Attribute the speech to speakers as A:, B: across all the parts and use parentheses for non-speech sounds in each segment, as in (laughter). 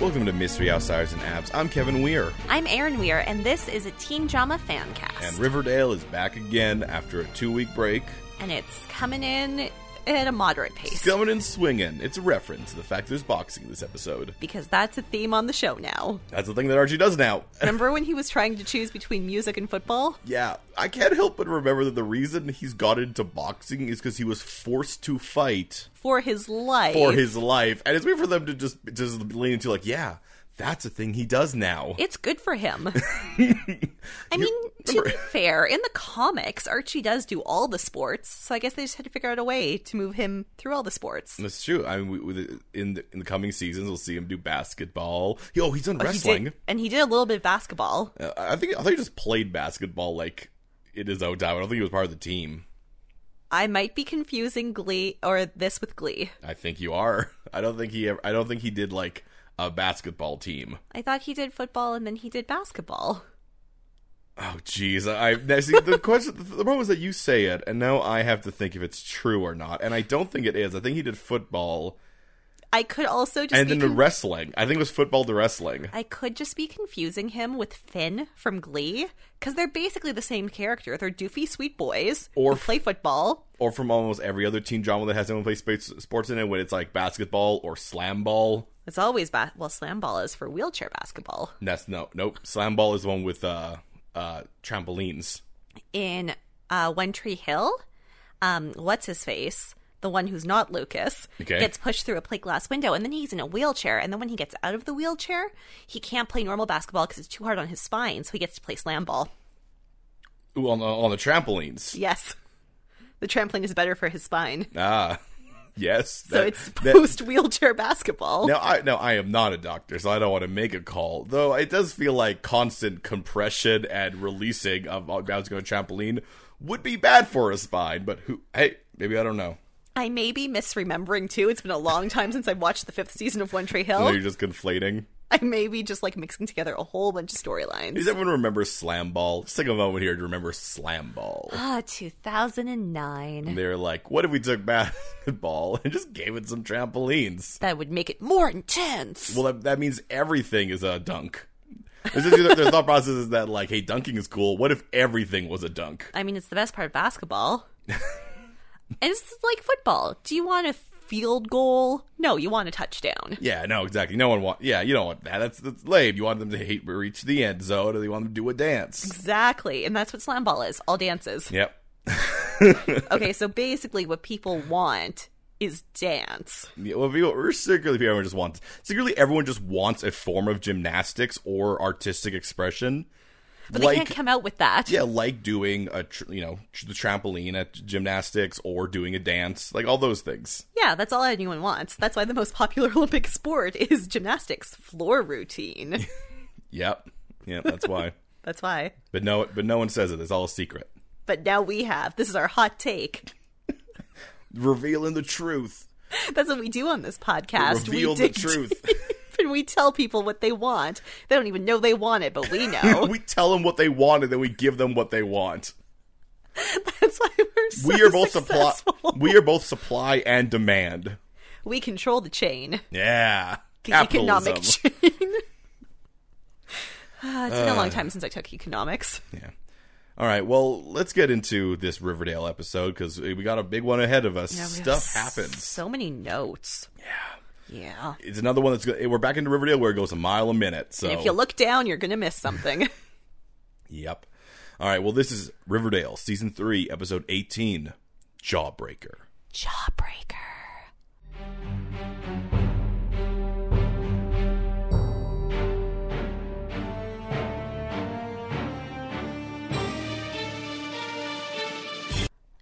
A: Welcome to Mystery Outsiders and Abs. I'm Kevin Weir,
B: I'm Erin Weir, and this is a teen drama fan cast.
A: and Riverdale is back again after a two week break.
B: And it's coming in at a moderate pace.
A: It's coming and swinging. It's a reference to the fact there's boxing in this episode.
B: because that's a theme on the
A: (laughs)
B: show now.
A: That's the thing that Archie does now.
B: Remember when he was trying to choose between music and football?
A: yeah, I can't help but remember that the reason he's got into boxing is because he was forced to fight
B: For his life.
A: for his life. And it's weird for them to just, just lean into, like, yeah, that's a thing he does now.
B: It's good
A: (laughs)
B: for him. I mean, to be fair, in the comics, Archie does do all the sports, so I guess they just had to figure out a way to move him through all the sports.
A: That's true. I mean, we, we, in the, in the coming seasons, we'll see him do basketball. He- oh, he's done
B: He did-
A: wrestling.
B: and he did a little bit of basketball.
A: Uh, I think I thought he just played basketball like in his own time. I don't think he was part of the team.
B: I might be confusing Glee or this with Glee.
A: I think you are. (laughs) I don't think he. Ever, I don't think he did like a basketball team.
B: I thought he did football and then he did basketball.
A: Oh, jeez. I now, see the (laughs) question. The problem is that you say it, and now I have to think if it's true or not. And I don't think it is. I think he did football
B: I could also just
A: and
B: be
A: then to
B: con-
A: wrestling. I think it was football to wrestling.
B: I could just be confusing him with Finn from Glee because they're basically the same character. They're doofy sweet boys
A: Or
B: who play football.
A: Or from almost every other teen drama that has someone play space, sports in it, when it's like basketball or slam ball.
B: It's always ba- well, slam ball is for wheelchair basketball.
A: That's no, nope. Slam ball is the one with uh, uh, trampolines.
B: In uh, One Tree Hill, um, what's his face? The one who's not Lucas
A: Okay.
B: gets pushed through a plate glass window, and then he's in a wheelchair. And then when he gets out of the wheelchair, he can't play normal basketball because it's too hard on his spine. So he gets to play slam ball.
A: Ooh, on the, on the trampolines.
B: Yes, the trampoline is better for his spine.
A: Ah, (laughs) yes.
B: So
A: that-
B: it's
A: that-
B: post wheelchair basketball.
A: now I now I am not a doctor, so I don't want to make a call. Though it does feel like constant compression and releasing of of guys going trampoline would be bad for a spine. But who? Hey, maybe I don't know.
B: I may be misremembering too. It's been a long time since I've watched the fifth season of One Tree
A: Maybe
B: Hill.
A: You're just conflating.
B: I may be just like mixing together a whole bunch of
A: Does
B: storylines.
A: everyone remember slam ball? Just take a moment here to remember slam
B: (sighs)
A: ball.
B: Ah, 2009.
A: They're like, what if we took basketball and just gave it some trampolines?
B: That would make it more intense.
A: Well, that, that means everything is a dunk. This is their, their thought process is that like, hey, dunking is cool. What if everything was a dunk?
B: I mean, it's the best part
A: (laughs)
B: of basketball. and it's like football. Do you want a field goal? No, you want a touchdown.
A: Yeah, no, exactly. No one want. Yeah, you don't want that. That's, that's lame. You want them to hate, reach the end zone, or you want them to do a dance.
B: Exactly. And that's what slam ball is
A: (laughs)
B: all dances.
A: Yep.
B: Okay, so basically, what people want is dance.
A: Yeah, well, people, or secretly, people everyone just wants. Secretly, everyone just wants a form of gymnastics or artistic expression.
B: But they
A: like,
B: can't come out with that.
A: yeah, like doing a tr- you know tr- the trampoline at gymnastics or doing a dance, like all those things.
B: Yeah, that's all anyone wants. That's why the most popular (laughs) Olympic sport is gymnastics
A: (laughs)
B: floor routine.
A: Yep. Yeah, that's why.
B: That's why.
A: but no, but no one says it. It's all a secret.
B: But now we have this is our hot take. (laughs)
A: revealing the truth.
B: That's what we do on this podcast.
A: Reveal
B: we
A: the
B: dig (laughs)
A: truth. (laughs)
B: deep And we tell people what they want. They don't even know they want it,
A: (laughs)
B: but we know. (laughs)
A: we tell them what they want, and then we give them what they want.
B: That's why we're so
A: we are both supply.
B: successful. (laughs)
A: We are both supply and demand.
B: We control the chain,
A: Yeah,
B: the economic (laughs) chain. Ah, it's been
A: Uh,
B: a long time since I took economics.
A: yeah. All right. Well, let's get into this Riverdale episode because we got a big one ahead of us.
B: Yeah, we have
A: Stuff happens.
B: So many notes. Yeah. Yeah.
A: It's another one that's. Go- we're back into Riverdale where it goes a mile a minute. So
B: And if you look down, you're going to miss something. (laughs)
A: Yep. All right. Well, this is Riverdale season three, episode eighteen, Jawbreaker.
B: Jawbreaker.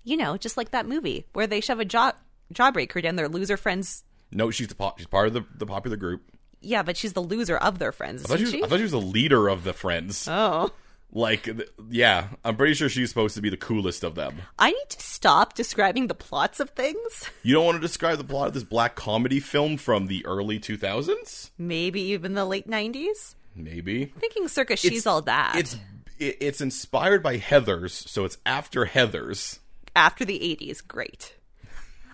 B: You know, just like that movie where they shove a jaw jawbreaker down their loser friend's.
A: No, she's the pop. She's part of the, the popular group.
B: Yeah, but she's the loser of their friends,
A: I thought,
B: isn't
A: she was,
B: she?
A: I thought she was the leader of the friends.
B: oh,
A: Like, th- yeah, I'm pretty sure she's supposed to be the coolest of them.
B: I need to stop describing the plots of things. (laughs)
A: You don't want to describe the plot of this black comedy film from the early 2000s?
B: Maybe even the late '90s.
A: Maybe.
B: Thinking circa, she's
A: It's-
B: all that.
A: It's it, it's inspired by Heather's, so it's after Heather's.
B: after the 80s great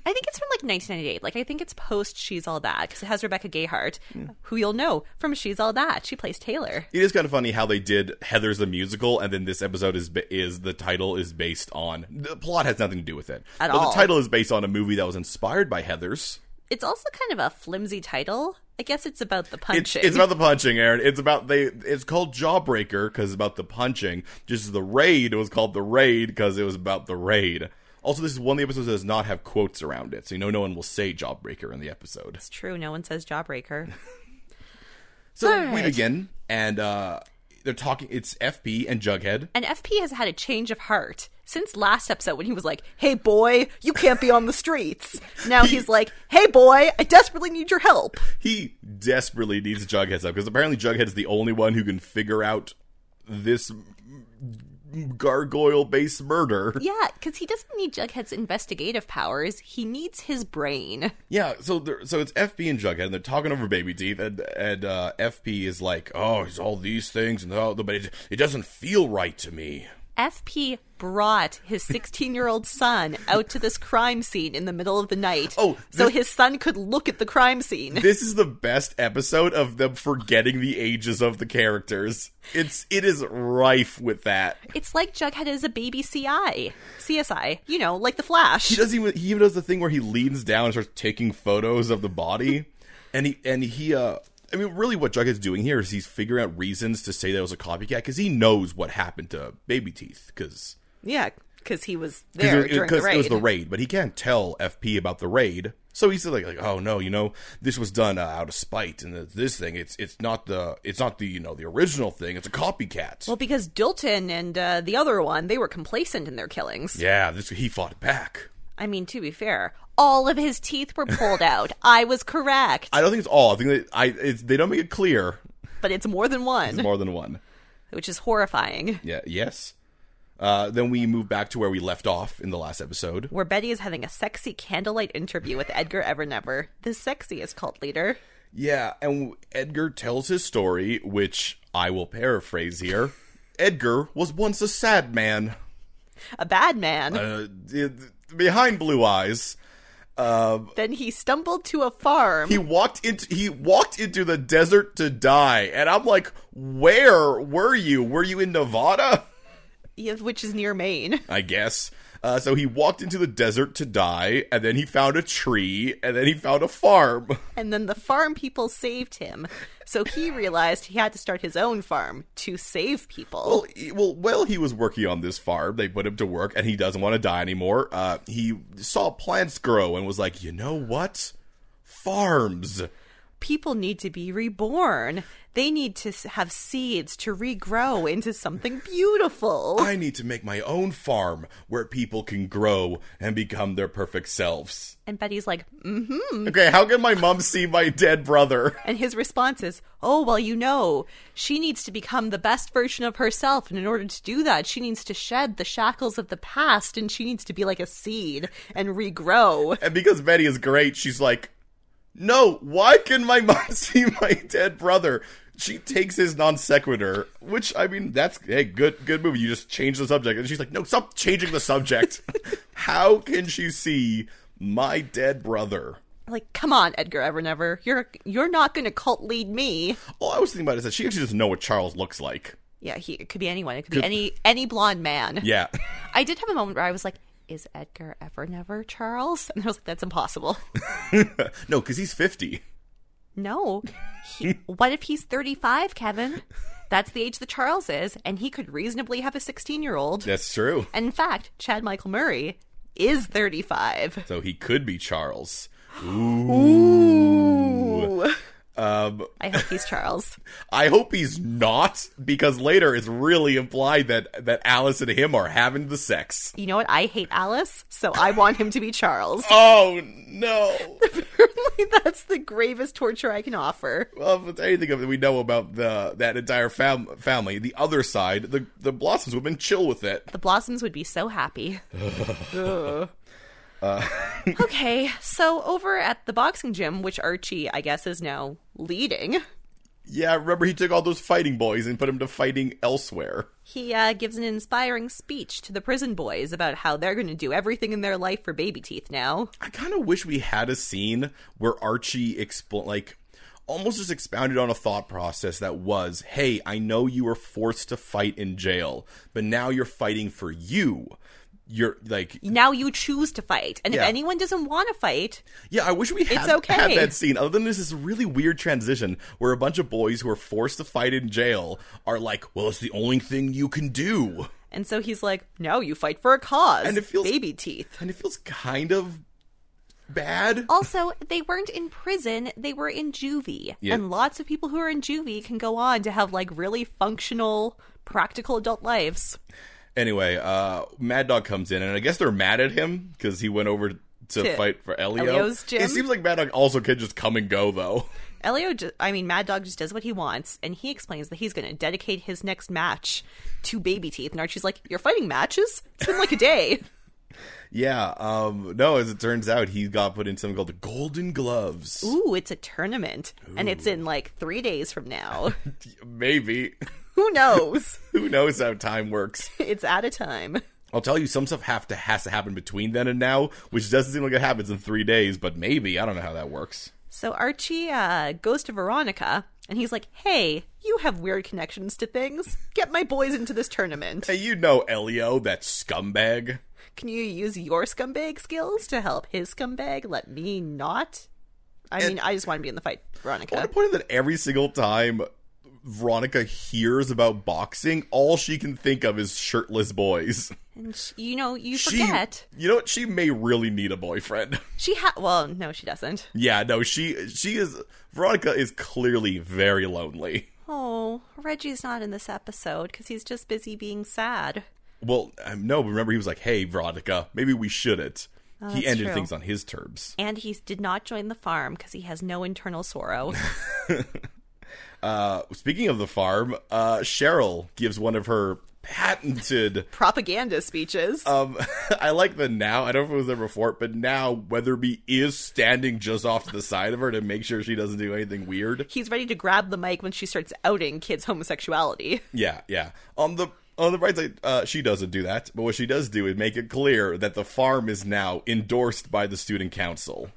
B: I think it's from like 1998. Like I think it's post She's All That because it has Rebecca Gayhart, who you'll know from She's All That. She plays Taylor.
A: It is kind of funny how they did Heather's the musical, and then this episode is ba- is the title is based on the plot has nothing to do with it
B: At
A: but
B: all.
A: The title is based on a movie that was inspired by Heather's.
B: It's also kind of a flimsy title. I guess it's about the
A: It's,
B: punching.
A: it's about the punching, Aaron. It's about they. It's called Jawbreaker because about the punching. Just the raid was called the raid because it was about the raid. Also, this is one of the episodes that does not have quotes around it, so you know no one will say Jawbreaker in the episode.
B: It's true. No one says Jawbreaker. (laughs)
A: So
B: All
A: we
B: right.
A: begin, and uh, they're talking. It's FP and Jughead.
B: And FP has had a change of heart since last episode when he was like, "Hey boy, you can't be on the streets." Now he's like, "Hey boy, I desperately need your help."
A: He desperately needs Jughead's help because apparently Jughead's the only one who can figure out this gargoyle-based murder.
B: Yeah, because he doesn't need Jughead's investigative powers. He needs his brain.
A: Yeah, so they're, so it's FP and Jughead, and they're talking over Baby Teeth, and, and uh, FP is like, "Oh, he's all these things, and all, but it, it doesn't feel right to me." (laughs)
B: FP brought his 16 year old son out to this crime scene in the middle of the night.
A: Oh,
B: so
A: this-
B: his son could look at the crime scene.
A: This is the best episode of them forgetting the ages of the characters. It's it is rife with that.
B: It's like Jughead is a baby CI, CSI, you know, like The
A: He
B: Flash.
A: does even he even does the thing where he leans down and starts taking photos of the (laughs) body, and he and he uh. I mean, really, what Jughead's doing here is he's figuring out reasons to say that it was a copycat because he knows what happened to Baby Teeth because
B: Yeah, because he was there
A: because
B: during the raid.
A: it was the raid, but he can't tell FP about the raid. So he's like, like, oh no, you know, this was done uh, out of spite, and th- this thing, it's it's not the it's not the you know the original thing, it's a copycat.
B: well, because Dilton and uh, the other one, they were complacent in their killings.
A: yeah, this he fought back.
B: I mean, to be fair, all of his teeth were
A: (laughs)
B: pulled out. I was correct,
A: I don't think it's all. I think that I it's, they don't make it clear
B: but it's more than one,
A: more than one. (laughs)
B: which is horrifying.
A: Yeah. Yes. Uh, then we move back to where we left off in the last episode.
B: where Betty is having a sexy candlelight interview with Edgar Evernever, the sexiest cult leader.
A: Yeah, and Edgar tells his story, which I will paraphrase here. Edgar was once a sad man.
B: A bad man.
A: uh, d- behind blue eyes.
B: then he stumbled to a farm.
A: He walked into he walked into the desert to die, and I'm like, where were you? Were you in Nevada? (laughs)
B: yeah, which is near Maine.
A: I guess. Uh, so he walked into the desert to die, and then he found a tree, and then he found a farm. (laughs)
B: And then the farm people saved him. So he realized he had to start his own farm to save people.
A: Well, he- well, well, he was working on this farm. They put him to work, and he doesn't want to die anymore. Uh, he saw plants grow and was like, you know what? Farms.
B: people need to be reborn. They need to s- have seeds to regrow into something beautiful.
A: I need to make my own farm where people can grow and become their perfect selves.
B: And Betty's like, mm.
A: Okay, how can my mom see my dead brother?
B: And his response is, Oh, well, you know, she needs to become the best version of herself. And in order to do that, she needs to shed the shackles of the past and she needs to be like a seed and regrow.
A: And because Betty is great, she's like, no, why can my mom (laughs) see my dead brother? She takes his non sequitur, which I mean, that's hey, good, good movie. You just change the subject, and she's like, no, stop changing the subject. (laughs) how can she see my dead brother?
B: Like, come on, Edgar Evernever. You're, you're not going to cult lead me.
A: All I was thinking about is that she actually doesn't know what Charles looks like.
B: Yeah, he, it could be anyone. It could be any, any blonde man.
A: Yeah. (laughs)
B: I did have a moment where I was like, Is Edgar Evernever Charles? And I was like, That's impossible. (laughs)
A: no, because he's 50.
B: No. He, what if he's 35, Kevin? That's the age that Charles is, and he could reasonably have a 16 year old.
A: That's true.
B: And in fact, Chad Michael Murray is 35.
A: So he could be Charles. Um,
B: I hope he's Charles.
A: I hope he's not, because later it's really implied that that Alice and him are having the sex.
B: You know what? I hate Alice, so I want him to be Charles.
A: Oh no!
B: Apparently, that's the gravest torture I can offer.
A: well, if it's anything that we know about the that entire fam- family, the other side, the the Blossoms would have been chill with it.
B: The Blossoms would be so happy. (laughs) Ugh. okay, so over at the boxing gym, which Archie, I guess, is now leading,
A: Yeah, remember he took all those fighting boys and put them to fighting elsewhere.
B: He uh, gives an inspiring speech to the prison boys about how they're going to do everything in their life for baby teeth now.
A: I kind of wish we had a scene where Archie expl- like almost just expounded on a thought process that was, "Hey, I know you were forced to fight in jail, but now you're fighting for you." You're like,
B: Now you choose to fight, and
A: Yeah.
B: if anyone doesn't want to fight,
A: yeah, I wish we had,
B: It's okay.
A: had that scene. Other than this, this really weird transition where a bunch of boys who are forced to fight in jail are like, "Well, it's the only thing you can do,"
B: and so he's like, "Now you fight for a cause."
A: And it feels-
B: baby teeth.
A: and it feels kind of bad.
B: Also, they weren't in prison; they were in juvie,
A: Yeah.
B: and lots of people who are in juvie can go on to have like really functional, practical adult lives.
A: Anyway, uh, Mad Dog comes in, and I guess they're mad at him because he went over to,
B: To
A: fight for Elio.
B: Elio's gym?
A: It seems like Mad Dog also can just come and go, though. (laughs)
B: Elio, ju- I mean, Mad Dog just does what he wants, and he explains that he's going to dedicate his next match to Baby Teeth. And Archie's like, You're fighting matches? It's been like a (laughs) day.
A: Yeah. Um, no, as it turns out, he got put in something called the Golden Gloves.
B: Ooh, it's a tournament, and it's in like three days from now. (laughs)
A: Maybe. (laughs)
B: Who knows?
A: Who knows how time works?
B: (laughs) it's at a time.
A: I'll tell you, some stuff have to has to happen between then and now, which doesn't seem like it happens in three days. But maybe I don't know how that works.
B: So Archie uh, goes to Veronica, and he's like, Hey, you have weird connections to things. Get my boys into this tournament.
A: Hey, you know Elio, that scumbag.
B: Can you use your scumbag skills to help his scumbag? Let me not. I mean, I just want to be in the fight, Veronica.
A: I want to point out that every single time Veronica hears about boxing, all she can think of is shirtless boys.
B: And sh you know,
A: (laughs)
B: you
A: She,
B: forget
A: you know what? She may really need a boyfriend. (laughs)
B: she ha. Well, no, she doesn't.
A: yeah, no, she she is Veronica is clearly very lonely.
B: Oh, Reggie's not in this episode because he's just busy being sad.
A: Well, um, no, but remember he was like, "Hey, Veronica, maybe we shouldn't." he
B: Oh, that's
A: ended
B: true.
A: things on his terms.
B: And he did not join the farm because he has no internal sorrow.
A: Uh, speaking of the farm, uh, Cheryl gives one of her patented
B: Propaganda speeches.
A: Um, (laughs) I like the now. I don't know if it was there before, but now Weatherby is standing just off to the side of her to make sure she doesn't do anything weird.
B: He's ready to grab the mic when she starts outing kids' homosexuality.
A: Yeah, yeah. On the on the right side, uh, she doesn't do that. But what she does do is make it clear that the farm is now endorsed by the student council.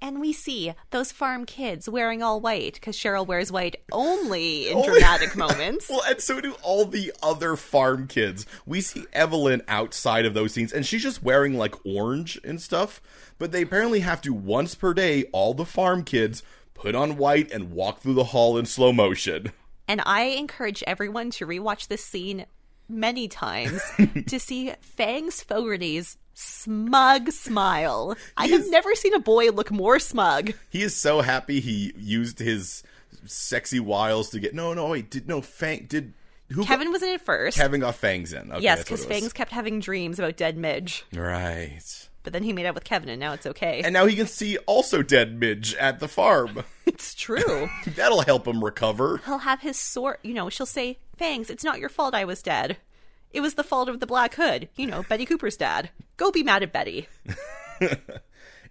B: And we see those farm kids wearing all white because Cheryl wears white only in (laughs) dramatic moments.
A: Well, and so do all the other farm kids. We see Evelyn outside of those scenes, and she's just wearing like orange and stuff. But they apparently have to once per day, all the farm kids put on white and walk through the hall in slow motion. (laughs)
B: And I encourage everyone to rewatch this scene many (laughs) times to see Fangs Fogarty's smug smile. I have never seen a boy look more smug.
A: He is so happy he used his sexy wiles to get. No, no, wait, did no Fang did who?
B: Kevin was in it first.
A: Kevin got fangs in. Okay, that's
B: yes,
A: what
B: because
A: it was.
B: Fangs kept having dreams about dead Midge,
A: Right,
B: but then he made out with Kevin, and now it's okay.
A: and now he can see also dead Midge at the farm.
B: (laughs)
A: (laughs)
B: it's true.
A: That'll help him recover.
B: He'll have his sword. You know, she'll say, "Fangs, it's not your fault. I was dead. It was the fault of the Black Hood. You know, Betty Cooper's dad. Go be mad at Betty."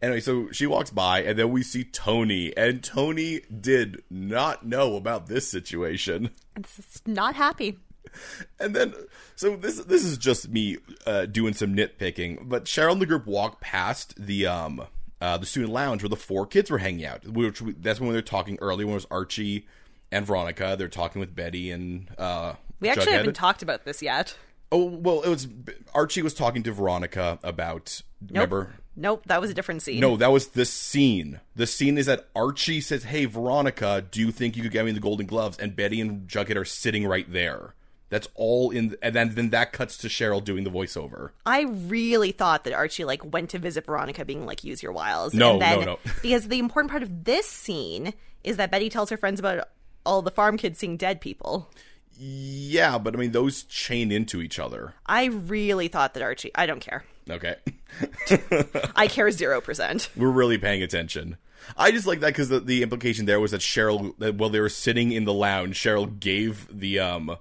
A: Anyway, so she walks by, and then we see Tony, and Tony did not know about this situation.
B: It's it's not happy.
A: And then, so this this is just me uh, doing some nitpicking. But Cheryl and the group walk past the um uh, the student lounge where the four kids were hanging out. Which we, that's when they were talking earlier. When it was Archie and Veronica, they're talking with Betty and uh,
B: We actually
A: Jughead.
B: haven't taled about this yet.
A: oh well, it was Archie was talking to Veronica about remember
B: Nope, that was a different scene.
A: No, that was the scene. The scene is that Archie says, "Hey, Veronica, do you think you could get me the Golden Gloves?" And Betty and Jughead are sitting right there. That's all in, and then then that cuts to Cheryl doing the voiceover.
B: I really thought that Archie like went to visit Veronica, being like, "Use your wiles."
A: No,
B: and then,
A: no, (laughs) no.
B: because the important part of this scene is that Betty tells her friends about all the farm kids seeing dead people.
A: Yeah, but I mean those chain into each other.
B: I really thought that Archie. I don't care.
A: Okay, (laughs)
B: I care zero percent.
A: we're really paying attention. I just like that because the, the implication there was that Cheryl, that while they were sitting in the lounge, Cheryl gave the um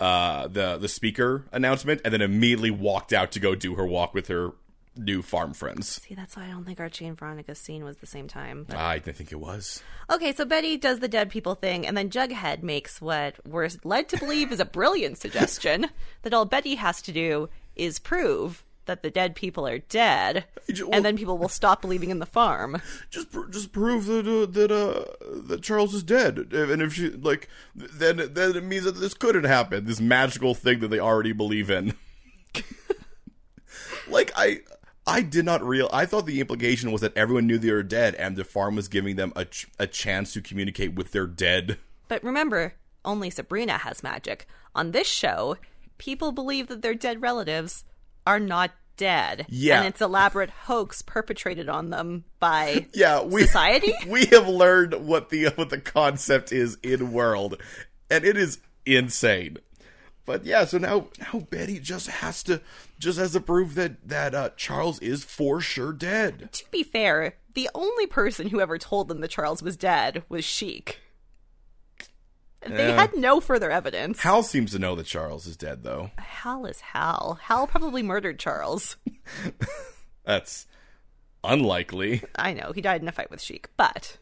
A: uh the the speaker announcement and then immediately walked out to go do her walk with her new farm friends.
B: See, that's why I don't think Archie and Veronica's scene was the same time. But-
A: I think it was.
B: Okay, so Betty does the dead people thing, and then Jughead makes what we're led to believe is
A: (laughs)
B: a brilliant suggestion that all Betty has to do is prove that the dead people are dead,
A: Well-
B: and then people will stop believing in the farm.
A: Just pr- just prove that uh, that uh, that Charles is dead, and if she like, th- then then it means that this couldn't happen. This magical thing that they already believe in. (laughs) like I. I did not real. I thought the implication was that everyone knew they were dead, and the farm was giving them a, ch- a chance to communicate with their dead.
B: But remember, only Sabrina has magic. On this show, people believe that their dead relatives are not dead.
A: Yeah.
B: And it's elaborate hoax perpetrated on them by
A: (laughs) Yeah, we
B: society?
A: (laughs) we have learned what the what the concept is in world, and it is insane. But yeah, so now now Betty just has to just has to prove that that uh, Charles is for sure dead.
B: To be fair, the only person who ever told them that Charles was dead was Sheik. They
A: Yeah.
B: had no further evidence.
A: Hal seems to know that Charles is dead, though.
B: Hal is Hal. Hal probably murdered Charles.
A: That's unlikely.
B: I know, he died in a fight with Sheik, but.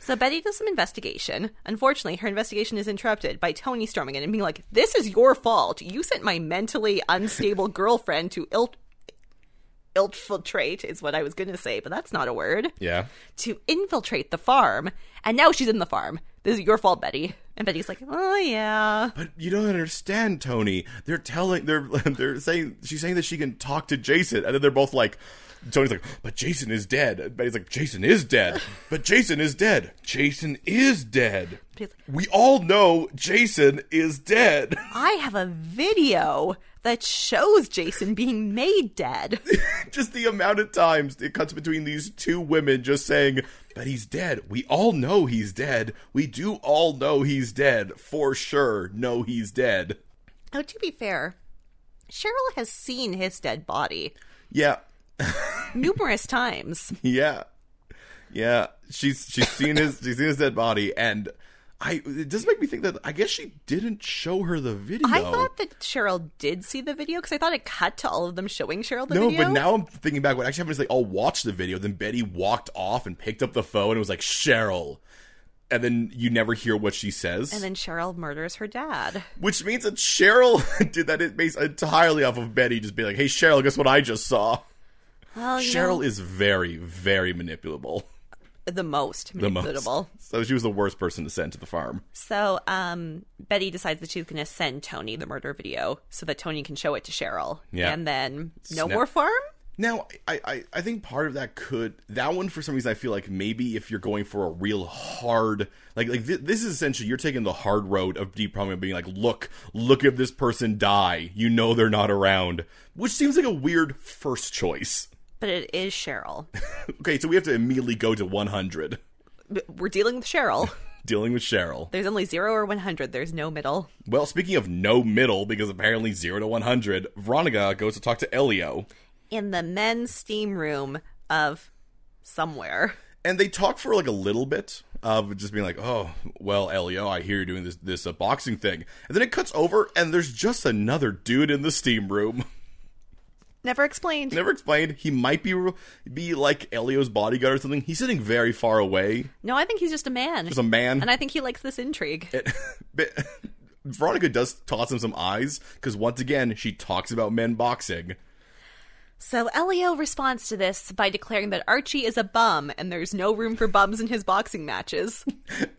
B: so Betty does some investigation. Unfortunately, her investigation is interrupted by Tony storming in and being like, This is your fault. You sent my mentally unstable (laughs) girlfriend to il- infiltrate, is what I was going to say, but that's not a word.
A: Yeah,
B: To infiltrate the farm, and now she's in the farm. This is your fault, Betty. And Betty's like, Oh, yeah.
A: but you don't understand, Tony. They're telling they're (laughs) they're saying she's saying that she can talk to Jason, and then they're both like. Tony's like, but Jason is dead. And Betty's like, Jason is dead. But Jason is dead. Jason is dead.
B: Betty's like,
A: We all know Jason is dead. (laughs)
B: I have a video that shows Jason being
A: (laughs)
B: made dead.
A: just the amount of times it cuts between these two women just saying, but he's dead. We all know he's dead. We do all know he's dead. For sure, know he's dead.
B: Now, to be fair, Cheryl has seen his dead body
A: Yeah.
B: numerous times.
A: Yeah. Yeah. She's she's seen his she's seen his dead body and I it does make me think that I guess she didn't show her the video.
B: I thought that Cheryl did see the video because I thought it cut to all of them showing Cheryl the
A: No,
B: video.
A: but now I'm thinking back. What actually happened is they all watched the video. Then Betty walked off and picked up the phone and was like, "Cheryl," and then you never hear what she says,
B: And then Cheryl murders her dad.
A: which means that Cheryl (laughs) did that. It based entirely off of Betty just being like, "Hey, Cheryl, guess what I just saw."
B: Well, you
A: Cheryl
B: know,
A: is very, very manipulable.
B: the most
A: The most.
B: manipulable.
A: So she was the worst person to send to the farm.
B: So um, Betty decides that she's going to send Tony the murder video so that Tony can show it to Cheryl.
A: Yeah.
B: And then no
A: Snap.
B: more farm?
A: Now, I, I, I think part of that could that one for some reason I feel like maybe if you're going for a real hard like like thi- this is essentially you're taking the hard road of deep problem and being like look look if this person die you know they're not around which seems like a weird first choice.
B: But it is
A: (laughs)
B: Cheryl.
A: Okay, so we have to immediately go to 100
B: But We're dealing with Cheryl.
A: dealing with Cheryl.
B: There's only zero or 100, there's no middle.
A: Well, speaking of no middle because apparently 0 to 100, Veronica goes to talk to Elio.
B: in the men's steam room of somewhere.
A: and they talk for like a little bit of just being like, "Oh, well, Elio, I hear you're doing this this uh, boxing thing," and then it cuts over, and there's just another dude in the steam room. (laughs)
B: Never explained.
A: Never explained. He might be be like Elio's bodyguard or something. He's sitting very far away.
B: No, I think he's just a man.
A: There's a man.
B: and I think he likes this intrigue.
A: But (laughs) Veronica does toss him some eyes because once again she talks about men boxing.
B: So Elio responds to this by declaring that Archie is a bum and there's no room for bums in his
A: (laughs)
B: boxing matches.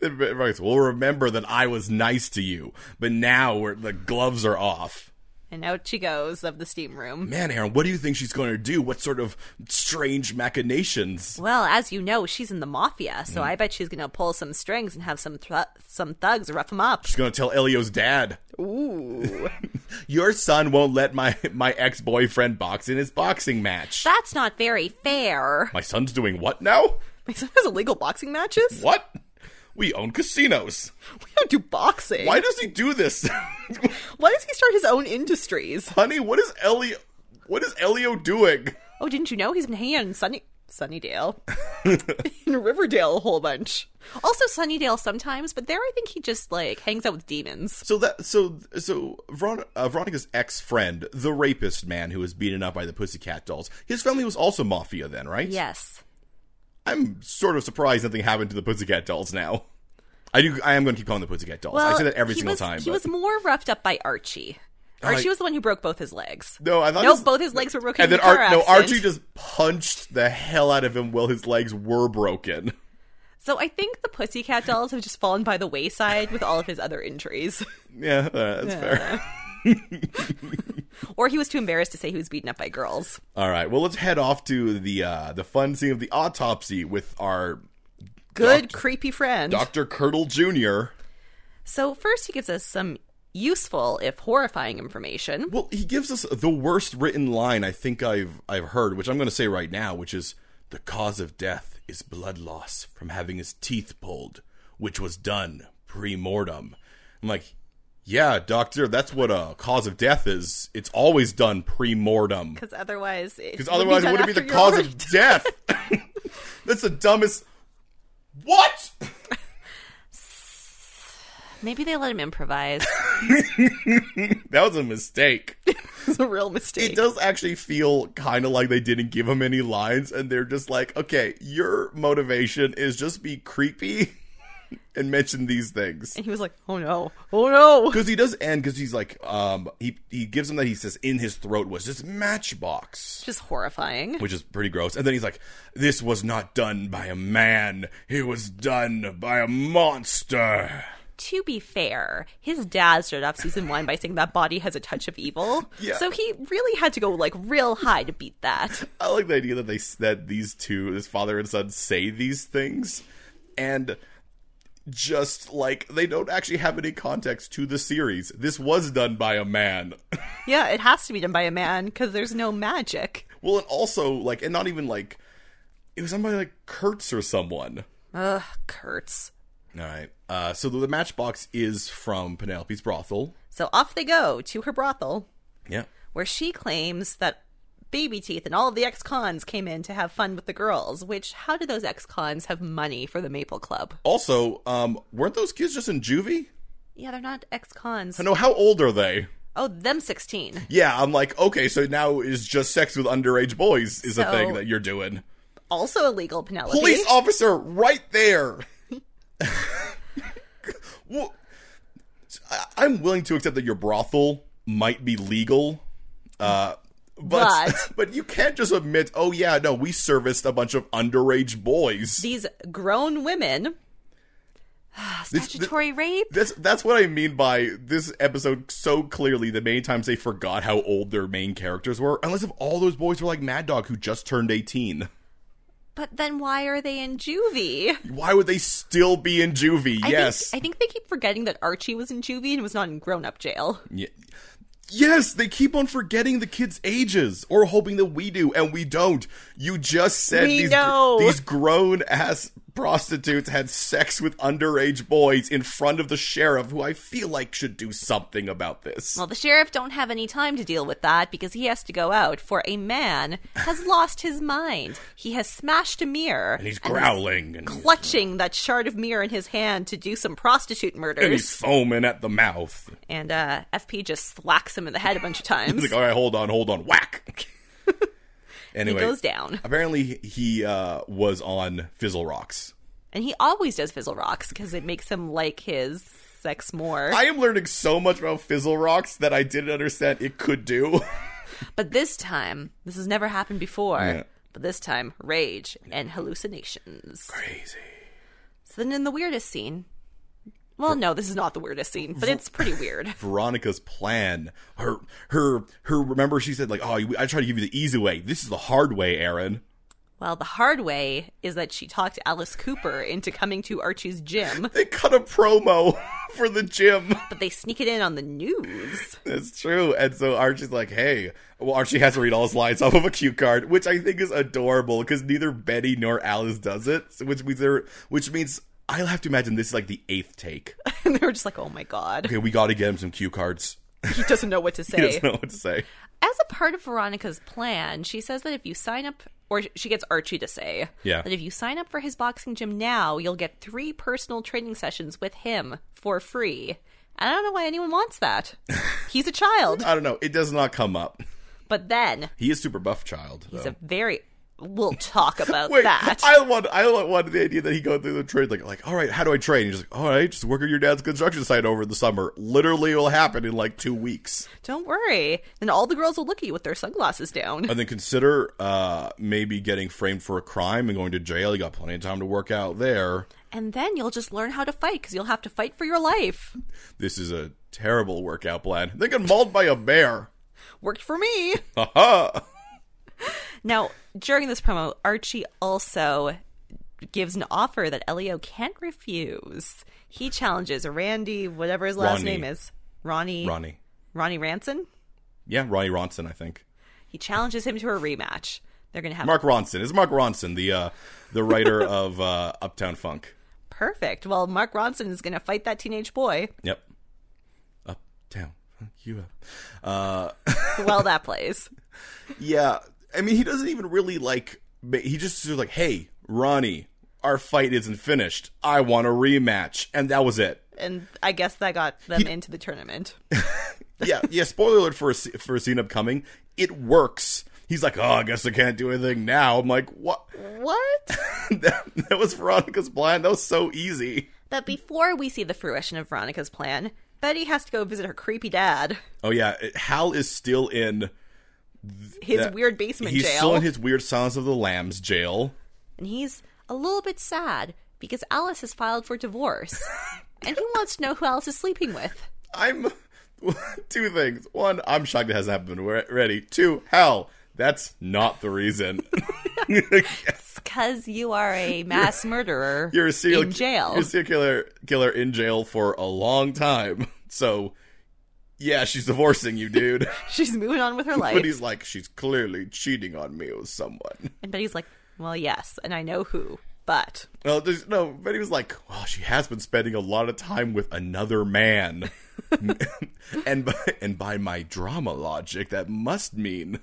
A: Then Veronica's, well, remember that I was nice to you, but now we're, the gloves are off.
B: And out she goes of the steam room.
A: Man, Aaron, what do you think she's going to do? What sort of strange machinations?
B: Well, as you know, she's in the mafia, so I bet she's going to pull some strings and have some thru some thugs rough him up.
A: She's going to tell Elio's dad,
B: Ooh.
A: "Your son won't let my my ex boyfriend box in his boxing match."
B: (laughs) That's not very
A: (laughs)
B: fair.
A: my son's doing what now?
B: My son has illegal boxing matches?
A: What? We own casinos.
B: We don't do boxing.
A: Why does he do this, (laughs)
B: Why does he start his own industries?
A: honey? What is Elio? What is Elio doing?
B: Oh, didn't you know he's been hanging out in Sunny Sunnydale. In Riverdale, a whole bunch. Also Sunnydale sometimes, but there I think he just like hangs out with demons.
A: So that so so Veron- uh, Veronica's ex friend, the rapist man who was beaten up by the Pussycat Dolls. His family was also mafia then, right?
B: Yes.
A: I'm sort of surprised nothing happened to the Pussycat Dolls now. I do. I am going to keep calling the Pussycat Dolls.
B: Well,
A: I say that every
B: he
A: single
B: was-
A: time.
B: He
A: but-
B: was more roughed up by Archie.
A: I-
B: Archie was the one who broke both his legs.
A: no, I thought.
B: No,
A: this-
B: both his legs were broken.
A: And
B: in
A: then
B: the car
A: Ar- no,
B: accident.
A: Archie just punched the hell out of him while his legs were broken. (laughs)
B: So I think the Pussycat Dolls have just fallen by the wayside with all of his other injuries. (laughs)
A: Yeah, uh, that's fair.
B: or he was too embarrassed to say he was beaten up by girls.
A: All right. Well, let's head off to the uh, the fun scene of the autopsy with our
B: Good creepy friend.
A: Doctor Curdle Junior.
B: so first he gives us some useful if horrifying information.
A: Well, he gives us the worst written line I think I've I've heard, which I'm going to say right now, which is the cause of death is blood loss from having his teeth pulled, which was done pre-mortem. I'm like, yeah, doctor, that's what a cause of death is. It's always done pre-mortem.
B: Because otherwise, it
A: Because otherwise, it
B: done
A: wouldn't be
B: after
A: the
B: you're
A: cause
B: already-
A: of death. (laughs) That's the dumbest. What? (laughs)
B: Maybe they let him improvise. (laughs)
A: That was a mistake.
B: it's a real
A: It
B: mistake.
A: does actually feel kind of like they didn't give him any lines, and they're just like, okay, your motivation is just be creepy (laughs) and mention these things.
B: And he was like, "Oh no, oh no." (laughs)
A: Because he does end, because he's like, um, he he gives him that he says in his throat was this matchbox.
B: Just horrifying.
A: which is pretty gross. And then he's like, "This was not done by a man. It was done by a monster."
B: To be fair, his dad started off season one by saying that body has a touch of evil.
A: Yeah.
B: So he really had to go like real high to beat that.
A: I like the idea that they that these two, this father and son, say these things, and just like they don't actually have any context to the series. This was done by a man. (laughs)
B: Yeah, it has to be done by a man because there's no magic.
A: well, and also like, and not even like, it was done by like Kurtz or someone.
B: Ugh, Kurtz.
A: All right. Uh, so the, the matchbox is from Penelope's brothel.
B: So off they go to her brothel,
A: Yeah.
B: where she claims that Baby Teeth and all of the ex cons came in to have fun with the girls. Which, how do those ex cons have money for the Maple Club?
A: Also, um, weren't those kids just in juvie?
B: Yeah, they're not ex cons.
A: No, how old are they?
B: Oh, them 16.
A: Yeah, I'm like, okay, so now is just sex with underage boys is a
B: So-
A: thing that you're doing.
B: Also illegal, Penelope.
A: Police officer right there.
B: (laughs)
A: well, I- I'm willing to accept that your brothel might be legal. Uh but, (laughs)
B: But-
A: but you can't just admit, oh yeah, no, we serviced a bunch of underage boys.
B: These grown women. (sighs) Ah, Statutory rape?
A: That's that's what I mean by this episode so clearly. The many times they forgot how old their main characters were, unless if all those boys were like Mad Dog, who just turned eighteen.
B: But then why are they in juvie?
A: Why would they still be in juvie?
B: I
A: yes,
B: Think, I think they keep forgetting that Archie was in juvie and was not in grown up jail.
A: Ye- yes. They keep on forgetting the kids' ages, or hoping that we do, and we don't. You just said
B: We
A: these
B: know.
A: these grown ass prostitutes had sex with underage boys in front of the sheriff, who I feel like should do something about this.
B: Well, the sheriff don't have any time to deal with that because he has to go out for a man
A: (laughs)
B: has lost his mind. He has smashed a mirror
A: and he's growling and
B: clutching that shard of mirror in his hand to do some prostitute
A: and he's
B: murders.
A: foaming at the mouth.
B: And uh, FP just slacks him in the head a bunch of times.
A: (laughs) He's like, "Oh, all right, hold on, hold on,
B: (laughs)
A: whack.
B: he
A: anyway,
B: goes down,
A: apparently he uh, was on Fizzle Rocks.
B: and he always does fizzle rocks because it makes him like his sex more.
A: I am learning so much about Fizzle Rocks that I didn't understand it could do. (laughs)
B: But this time, this has never happened before.
A: Yeah.
B: But this time, rage and hallucinations.
A: Crazy.
B: So then in the weirdest scene. Well, no, this is not the weirdest scene, but it's pretty
A: (laughs)
B: weird.
A: Veronica's plan. Her, her, her. Remember, she said like, "Oh, I try to give you the easy way. This is the hard way, Aaron."
B: Well, the hard way is that she talked Alice Cooper into coming to Archie's gym,
A: They cut a promo (laughs) for the gym.
B: but they sneak it in on the news. (laughs)
A: That's true. And so Archie's like, hey, well, Archie has to read all his lines off of a cue card, which I think is adorable because neither Betty nor Alice does it, so which means they're, which means I'll have to imagine this is like the eighth take.
B: and they were just like, oh my
A: (laughs)
B: god,
A: Okay, we got to get him some cue cards.
B: he doesn't know what to
A: He
B: say.
A: doesn't know what to say.
B: As a part of Veronica's plan, she says that if you sign up or she gets Archie to say
A: Yeah.
B: that if you sign up for his boxing gym now, you'll get three personal training sessions with him for free. And I don't know why anyone wants
A: (laughs)
B: that. He's a child.
A: I don't know. It does not come up.
B: But then
A: He is super buff child.
B: he's
A: though.
B: a very. We'll talk
A: (laughs)
B: about
A: Wait,
B: that.
A: I want I want the idea that he go through the trade like like all right, how do I train? He's like, all right, just work at your dad's construction site over the summer. Literally, will happen in like two weeks.
B: Don't worry. Then all the girls will look at you with their sunglasses down.
A: And then consider uh, maybe getting framed for a crime and going to jail. You got plenty of time to work out there.
B: And then you'll just learn how to fight because you'll have to fight for your life.
A: This is a terrible workout plan. They get mauled by a bear.
B: Worked
A: (laughs)
B: for me.
A: Haha.
B: Now, during this promo, Archie also gives an offer that Elio can't refuse. He challenges Randy, whatever his last
A: Ronnie.
B: name is, Ronnie,
A: Ronnie.
B: Ronnie Ranson.
A: Yeah, Ronnie Ronson, I think.
B: He challenges him to a rematch. They're going to have
A: Mark Ronson. It's Mark Ronson, the uh, the writer of uh, Uptown Funk.
B: perfect. Well, Mark Ronson is going to fight that teenage boy.
A: Yep. Uptown Funk, you up. Uh,
B: well, that plays.
A: Yeah, I mean, he doesn't even really like. ma- He just was like, "Hey, Ronnie, our fight isn't finished. I want a rematch," and that was it.
B: And I guess that got them into the tournament. (laughs)
A: Yeah, yeah. Spoiler alert for a, se- for a scene upcoming. It works. He's like, "Oh, I guess I can't do anything now." I'm like, "What?
B: What?
A: (laughs) that, that was Veronica's plan. That was so easy."
B: But before we see the fruition of Veronica's plan, Betty has to go visit her creepy dad,
A: Oh yeah, it- Hal is still in.
B: his
A: that-
B: weird basement
A: He's
B: jail.
A: still in his weird Silence of the Lambs jail.
B: and he's a little bit sad because Alice has filed for (laughs) divorce. and he wants to know who Alice is sleeping with.
A: I'm (laughs) two things. One, I'm shocked it hasn't happened already. Two, hell, that's not the
B: (laughs)
A: reason.
B: It's because you are a mass murderer
A: You're a serial
B: in jail.
A: You're a serial killer, killer in jail for a long time. (laughs) So, yeah, she's divorcing you,
B: (laughs)
A: dude.
B: (laughs) She's moving on with her
A: but
B: life.
A: he's like, she's clearly cheating on me with someone.
B: And Betty's like, well, yes, and I know who, but.
A: No, there's, no. But he was like, well, she has been spending a lot of time with another man,
B: (laughs)
A: (laughs) and by, and by my drama logic, that must mean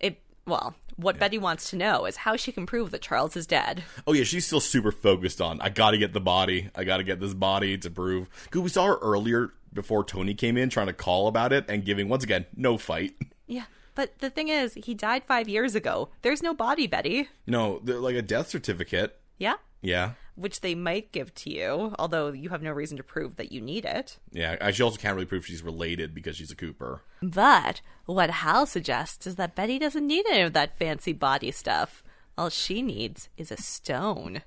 B: it. Well, what Betty wants to know is how she can prove that Charles is dead.
A: Oh yeah, she's still super focused on. I gotta get the body. I gotta get this body to prove. Cause we saw her earlier before Tony came in trying to call about it and giving once again no fight. (laughs)
B: Yeah. But the thing is, he died five years ago. There's no body, Betty.
A: No, they're like a death certificate.
B: Yeah.
A: Yeah,
B: Which they might give to you, although you have no reason to prove that you need it.
A: yeah. I- She also can't really prove she's related because she's a Cooper.
B: But what Hal suggests is that Betty doesn't need any of that fancy body stuff. All she needs is a stone.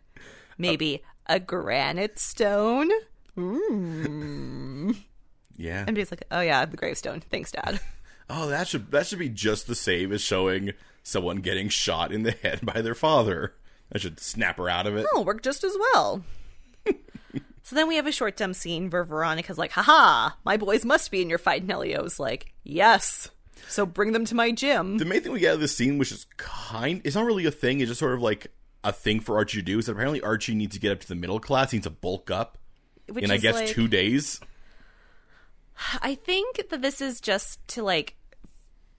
B: Maybe a granite stone?
A: Yeah.
B: And Betty's like, oh yeah, the gravestone. Thanks, Dad. (laughs)
A: Oh, that should that should be just the same as showing someone getting shot in the (laughs) head by their father. I should snap her out of it.
B: That'll work just as (laughs) well. so then we have a short dumb scene where Veronica's like, haha, my boys must be in your fight. And Elio's like, yes. So bring them to my gym.
A: the main thing we get out of this scene, which is kind, it's not really a thing. It's just sort of like a thing for Archie to do. Is that apparently Archie needs to get up to the middle class. He needs to bulk up
B: Which
A: in, I
B: is
A: guess,
B: like-
A: two days.
B: I think that this is just to like,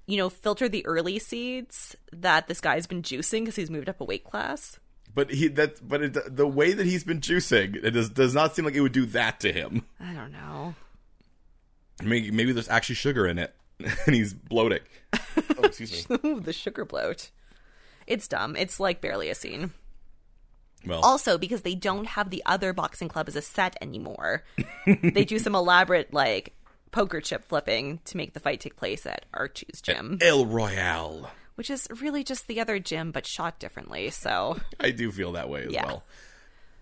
B: you know, filter the early seeds that this guy's been juicing because he's moved up a weight class.
A: But he that but it, the way that he's been juicing, it does does not seem like it would do that to him.
B: I don't know.
A: Maybe maybe there's actually sugar in it, (laughs) and he's bloating. Oh, excuse me.
B: (laughs) Ooh, the sugar bloat. It's dumb. It's like barely a scene.
A: Well,
B: Also, because they don't have the other boxing club as a set (laughs) anymore, they do some elaborate like poker chip flipping to make the fight take place at Archie's gym,
A: El Royale.
B: which is really just the other gym but shot differently. So.
A: I do feel that way as
B: Yeah.
A: well.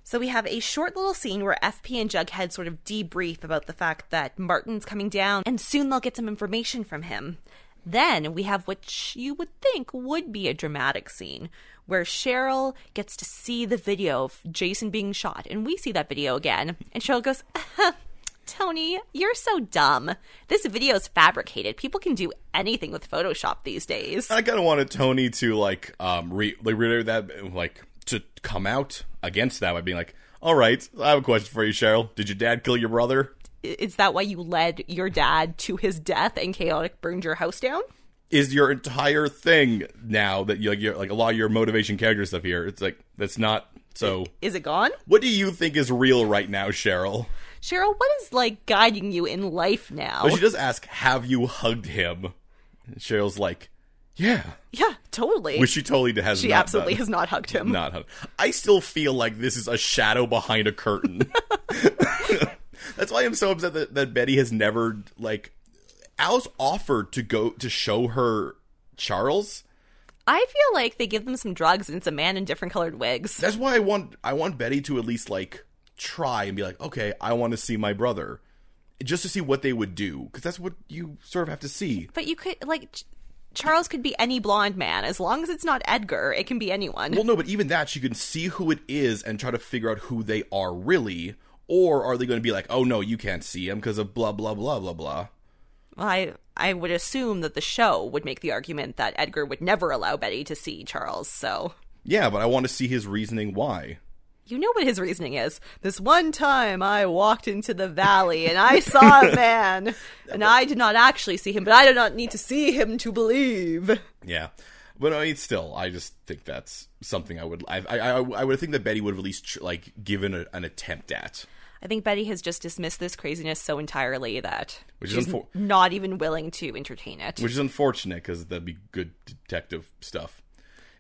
B: So we have a short little scene where FP and Jughead sort of debrief about the fact that Martin's coming down and soon they'll get some information from him. Then we have what sh- you would think would be a dramatic scene where Cheryl gets to see the video of Jason being shot and we see that video again and Cheryl goes, (laughs) "Tony, you're so dumb. This video's fabricated. People can do anything with Photoshop these days."
A: I kind of wanted Tony to like um re like reiterate that like to come out against that by being like, "All right, I have a question for you, Cheryl. Did your dad kill your brother?"
B: Is that why you led your dad to his death and chaotic burned your house down?
A: is your entire thing now that you like, you're, like a lot of your motivation character stuff here. It's like that's not so.
B: Is it gone?
A: What do you think is real right now, Cheryl?
B: Cheryl, what is like guiding you in life now?
A: But she does ask, "Have you hugged him?" And Cheryl's like, "Yeah,"
B: yeah, totally.
A: which she totally has.
B: she
A: not
B: absolutely
A: done.
B: has not hugged
A: (laughs)
B: him.
A: not hugged. I still feel like this is a shadow behind a curtain. That's why I'm so upset that, that Betty has never like. Al's offered to go to show her Charles.
B: I feel like they give them some drugs and it's a man in different colored wigs.
A: That's why I want I want Betty to at least like try and be like, okay, I want to see my brother, just to see what they would do because that's what you sort of have to see.
B: But you could like Ch- Charles could be any blonde man as long as it's not Edgar. It can be anyone.
A: Well, no, but even that she can see who it is and try to figure out who they are really, or are they going to be like, oh no, you can't see him because of blah blah blah blah blah.
B: I I would assume that the show would make the argument that Edgar would never allow Betty to see Charles. So
A: Yeah, but I want to see his reasoning why.
B: you know what his reasoning is. This one time I walked into the valley and I saw
A: (laughs)
B: a man, and I did not actually see him, but I do not need to see him to believe.
A: Yeah, but I mean, still, I just think that's something I would I I, I, I would think that Betty would have at least tr- like given a, an attempt at.
B: I think Betty has just dismissed this craziness so entirely that
A: Which is
B: she's
A: unfor-
B: not even willing to entertain it.
A: which is unfortunate because that'd be good detective stuff.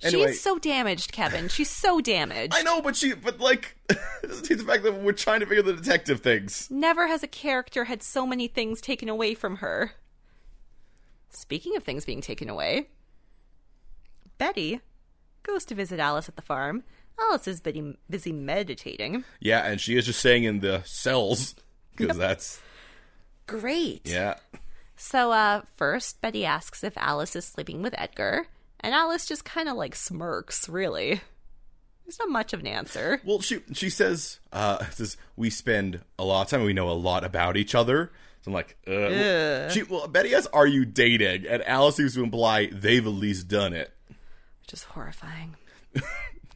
A: Anyway,
B: She's so damaged, Kevin. She's so damaged.
A: I know, but she, but like, (laughs) the fact that we're trying to figure the detective things.
B: Never has a character had so many things taken away from her. Speaking of things being taken away, Betty goes to visit Alice at the farm. Alice is busy, busy meditating.
A: Yeah, and she is just saying in the cells because that's
B: Great.
A: yeah.
B: So, uh, first, Betty asks if Alice is sleeping with Edgar, and Alice just kind of like smirks, really. There's not much of an answer.
A: Well, she she says uh (laughs) says we spend a lot of time. We know a lot about each other. So I'm like, uh, well, she well Betty asks, "Are you dating?" And Alice seems to imply they've at least done it.
B: which is horrifying. (laughs)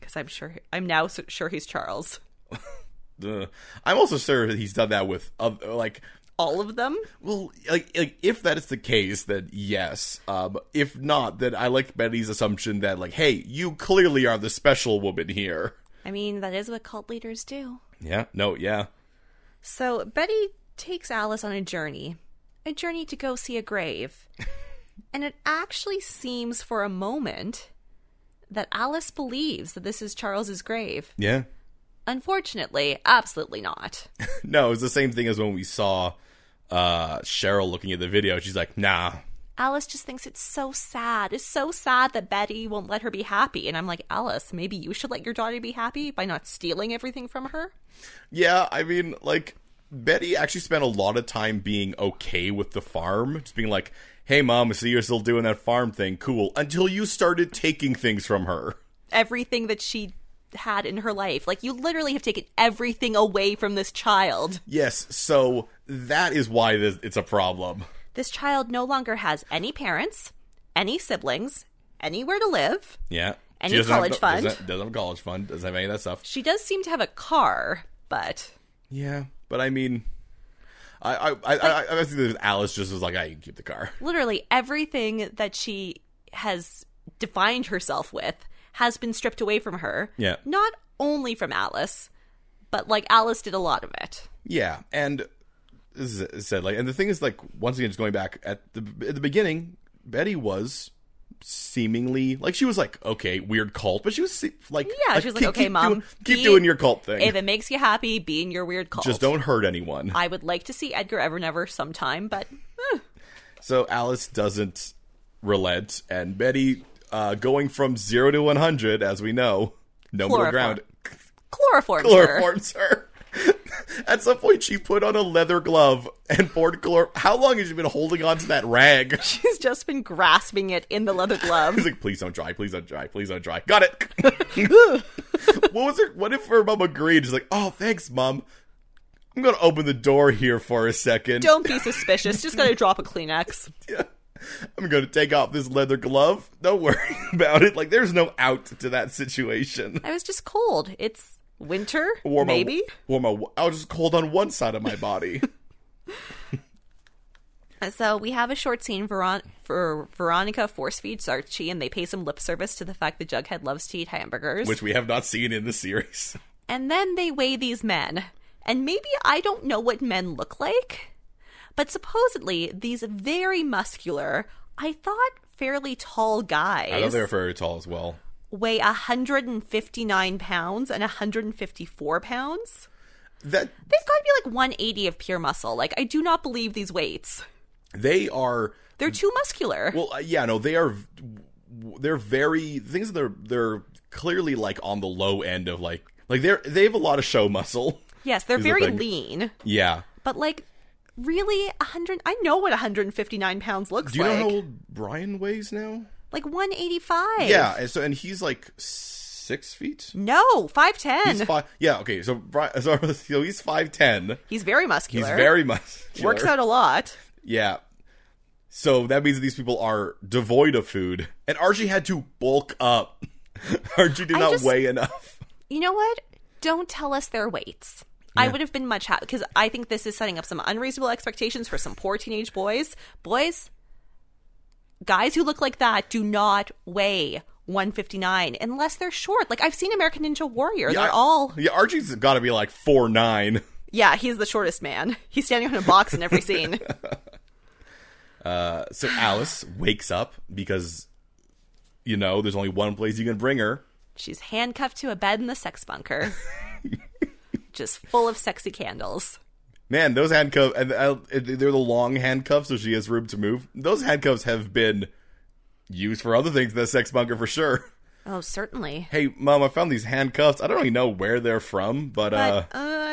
B: Because I'm sure I'm now so sure he's Charles.
A: Ugh. Uh, I'm also sure that he's done that with other, like
B: All of them.
A: Well, like, like if that is the case, then yes. Um, if not, then I like Betty's assumption that like, hey, you clearly are the special woman here.
B: I mean, that is what cult leaders do.
A: Yeah. No. Yeah.
B: So Betty takes Alice on a journey, a journey to go see a (laughs) grave, and it actually seems for a moment that Alice believes that this is Charles's grave.
A: Yeah. (laughs)
B: Unfortunately, absolutely not.
A: No, it's the same thing as when we saw uh Cheryl looking at the video. She's like, nah.
B: Alice just thinks it's so sad. It's so sad that Betty won't let her be happy. And I'm like, Alice, maybe you should let your daughter be happy by not stealing everything from her.
A: Yeah. I mean, like Betty actually spent a lot of time being okay with the farm, just being like, hey, mom, I see you're still doing that farm thing. Cool. Until you started taking things from her.
B: everything that she had in her life. Like you literally have taken everything away from this child.
A: Yes. So that is why this, it's a problem.
B: This child no longer has any parents, any siblings, anywhere to live.
A: Yeah.
B: Any
A: She doesn't have
B: college
A: the-
B: fund.
A: Doesn't, doesn't have a college fund. Doesn't have any of that stuff.
B: She does seem to have a car, but
A: Yeah. But I mean, I I, I, I, I think that Alice just was like, I can keep the car.
B: literally everything that she has defined herself with has been stripped away from her.
A: Yeah.
B: Not only from Alice, but like Alice did a lot of it.
A: Yeah. And this is said like, and the thing is like, once again, just going back at the at the beginning, Betty was seemingly like she was like okay weird cult but she was se- like
B: Yeah, she was like,
A: keep-
B: okay,
A: keep
B: Mom,
A: doing, keep
B: be-
A: doing your cult thing
B: If it makes you happy, be in your weird cult.
A: just don't hurt anyone
B: I would like to see Edgar Evernever sometime, but
A: So Alice doesn't relent, and Betty, uh, going from zero to 100, as we know, no middle
B: Chloroform. (laughs)
A: ground,
B: chloroform.
A: chloroforms her. At some point, she put on a leather glove and poured chlor. How long has she been holding on to that rag?
B: (laughs) She's just been grasping it in the leather
A: (laughs)
B: glove.
A: She's like, please don't dry, please don't dry, please don't dry. Got it. what was her? What if her mom agreed? She's like, oh, thanks, mom. I'm gonna open the door here for a second.
B: (laughs) Don't be suspicious. Just gotta drop a Kleenex.
A: (laughs) I'm going to take off this leather glove. Don't worry (laughs) about it. Like, there's no out to that situation.
B: I was just cold. It's winter,
A: Warm my-
B: maybe. (laughs)
A: warm my- I was just cold on one side of my body.
B: Uh, So we have a short scene Veron- for Veronica force feeds Archie, and they pay some lip service to the fact that Jughead loves to eat hamburgers.
A: which we have not seen in the series.
B: and then they weigh these men. And maybe I don't know what men look like, but supposedly these very muscular, I thought fairly tall
A: I know
B: guys
A: they're very tall as well.
B: weigh 159 pounds and 154 pounds.
A: That
B: They've got to be like 180 of pure muscle. Like, I do not believe these weights.
A: they are
B: They're too muscular.
A: well, uh, yeah, no, they are. They're very things. that They're they're clearly like on the low end of like like they're they have a lot of show
B: (laughs)
A: muscle.
B: yes, they're
A: here's the
B: very
A: thing.
B: lean.
A: Yeah.
B: But like, really, 100? I know what 159 pounds looks
A: Do you
B: like.
A: know how old Brian weighs now?
B: like 185.
A: Yeah, and so and he's like six feet.
B: No, 5'10.
A: He's five. Yeah, okay. So Brian, (laughs) so so he's five ten.
B: He's very
A: He's
B: muscular.
A: very muscular.
B: (laughs) works out a lot.
A: Yeah. So that means that these people are devoid of food, and Archie had to bulk up. (laughs) Archie did
B: I
A: not
B: just-
A: weigh enough.
B: You know what? Don't tell us their weights. I would have been much happy because I think this is setting up some unreasonable expectations for some poor teenage boys. Boys, guys who look like that do not weigh 159 unless they're short. Like I've seen American Ninja Warrior.
A: I-
B: they're all
A: Yeah, Archie's got to be like four nine. (laughs)
B: yeah. He's the shortest man. He's standing on a box in every scene.
A: Uh, so Alice wakes up because, you know, there's only one place you can bring her.
B: She's handcuffed to a bed in the
A: (laughs)
B: sex bunker, just full of sexy candles.
A: Man, those handcuffs, and uh, they're the long handcuffs, so she has room to move. Those handcuffs have been used for other things in the sex bunker for sure. (laughs)
B: Oh, certainly.
A: Hey, mom, I found these handcuffs. I don't really know where they're from, but, uh,
B: but uh, I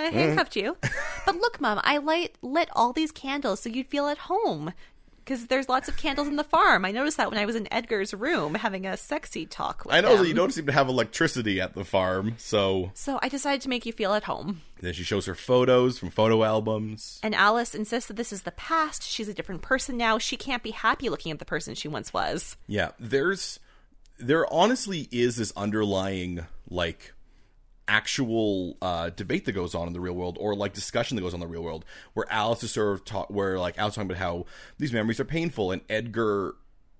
A: (laughs)
B: handcuffed you. But look, Mom, I light lit all these candles so you'd feel at home. Because there's lots of candles in the farm. I noticed that when I was in Edgar's room having a sexy talk with
A: I know
B: him.
A: that you don't seem to have electricity at the farm, so
B: So I decided to make you feel at home.
A: then she shows her photos from photo albums.
B: And Alice insists that this is the past. She's a different person now. She can't be happy looking at the person she once was. (clears throat)
A: Yeah, there's there honestly is this underlying like actual uh, debate that goes on in the real world, or like discussion that goes on in the real world, where Alice is sort of taught, where like Alice talking about how these memories are painful, and Edgar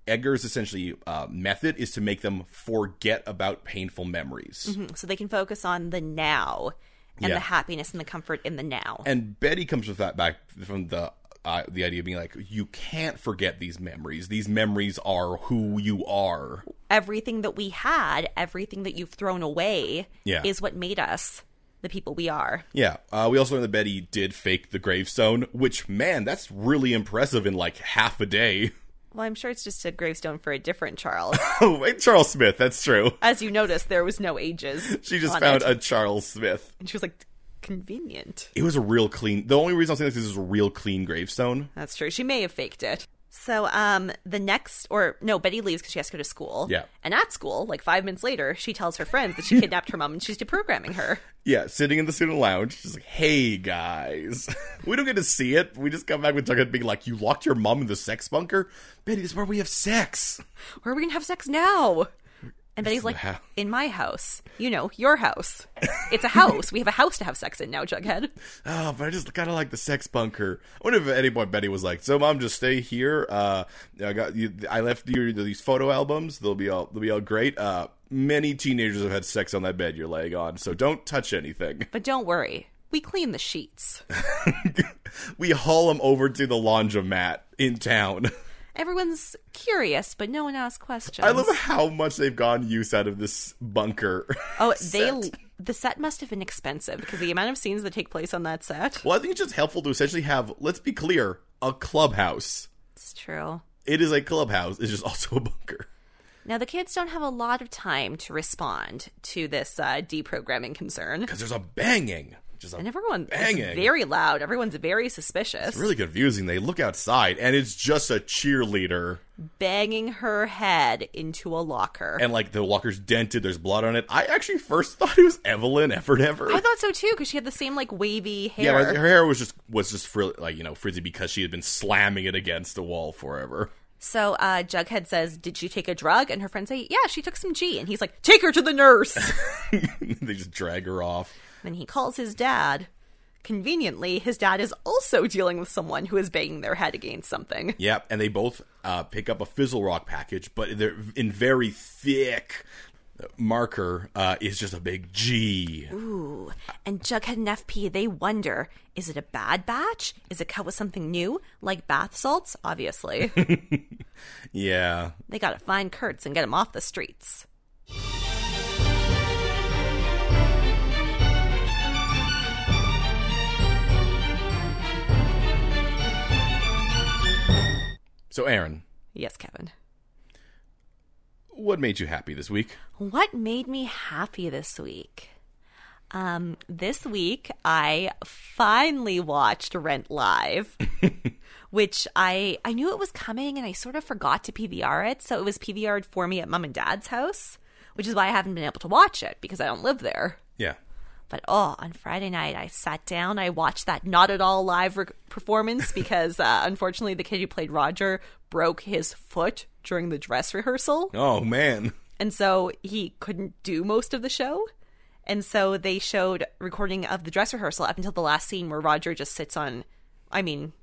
A: Edgar's essentially uh, method is to make them forget about painful memories.
B: So they can focus on the now and
A: Yeah.
B: the happiness and the comfort in the now.
A: and Betty comes with that back from the uh, the idea of being like you can't forget these memories. These memories are who you are.
B: everything that we had, everything that you've thrown away,
A: Yeah.
B: is what made us the people we are.
A: Yeah. Uh, we also learned that Betty did fake the gravestone, which man, that's really impressive in like half a day. (laughs)
B: Well, I'm sure it's just a gravestone for a different Charles. (laughs)
A: oh, wait, Charles Smith. That's true.
B: As you noticed, there was no ages.
A: She just
B: on
A: found
B: it.
A: a Charles Smith.
B: and she was like, convenient.
A: It was a real clean. The only reason I'm saying this is it's a real clean gravestone.
B: That's true. She may have faked it. So, um, the next, or no, Betty leaves because she has to go to school.
A: Yeah.
B: And at school, like five minutes later, she tells her friends
A: (laughs)
B: that she kidnapped her mom and she's deprogramming her.
A: Yeah, sitting in the student lounge, she's like, "Hey guys, (laughs) we don't get to see it. We just come back with Jughead being like, you locked your mom in the sex bunker, Betty. This is where we have sex.'
B: Where are we going to have sex now? And Betty's like,
A: house.
B: in my house. You know, your house.
A: (laughs)
B: It's a house. we have a house to have sex in now, Jughead.
A: Oh, but I just kind of like the sex bunker. I wonder if at any point Betty was like, "So mom, just stay here. Uh, I got you. I left you these photo albums. They'll be all they'll be all great. Uh, many teenagers have had sex on that bed you're laying on, so don't touch anything.
B: But don't worry, we clean
A: (laughs)
B: the sheets.
A: We haul them over to the laundromat in town." (laughs)
B: Everyone's curious, but no one asks questions.
A: I love how much they've gotten use out of this bunker.
B: Oh, they the set must have been expensive because the amount of scenes that take place on that
A: (laughs)
B: set.
A: Well, I think it's just helpful to essentially have, let's be clear, a clubhouse.
B: It's true.
A: It is a clubhouse, it's just also a bunker.
B: Now the kids don't have a lot of time to respond to this uh, deprogramming concern,
A: Because there's a banging. Just
B: and
A: a,
B: everyone
A: Banging.
B: it's very loud. Everyone's very suspicious,
A: really confusing. They look outside, and it's just a cheerleader.
B: banging her head into a locker.
A: And, like, the walker's dented, there's blood on it. I actually first (laughs) thought it was Evelyn Effort Ever.
B: I thought so too because she had the same like wavy
A: yeah,
B: hair.
A: but her hair was just was just frill- like you know frizzy because she had been slamming it against the wall forever. (laughs)
B: So uh, Jughead says, "Did she take a drug?" And her friends say, "Yeah, she took some G." And he's (laughs) like, "Take her to the nurse."
A: they just drag her off.
B: then he calls his dad, Conveniently, his dad is also dealing with someone who is banging their head against something.
A: Yep, and they both uh, pick up a Fizzle Rock package, but they're in very thick marker uh, is just a big G.
B: Ooh. And Jughead and FP, they wonder is it a bad batch? Is it cut with something new, like bath salts? (laughs) Obviously.
A: Yeah,
B: they gotta find Kurtz and get him off the streets.
A: So Aaron,
B: Yes, Kevin.
A: what made you happy this week?
B: What made me happy this week? Um, this week I finally watched Rent Live, which I I knew it was coming and I sort of forgot to PVR it, so it was PVR'd for me at mom and dad's house, which is why I haven't been able to watch it because I don't live there.
A: Yeah.
B: But oh, on Friday night I sat down, I watched that not at all live re- performance because uh, unfortunately the kid who played Roger broke his foot during the dress rehearsal.
A: Oh man.
B: And so he couldn't do most of the show. And so they showed recording of the dress rehearsal up until the last scene where Roger just sits on I mean,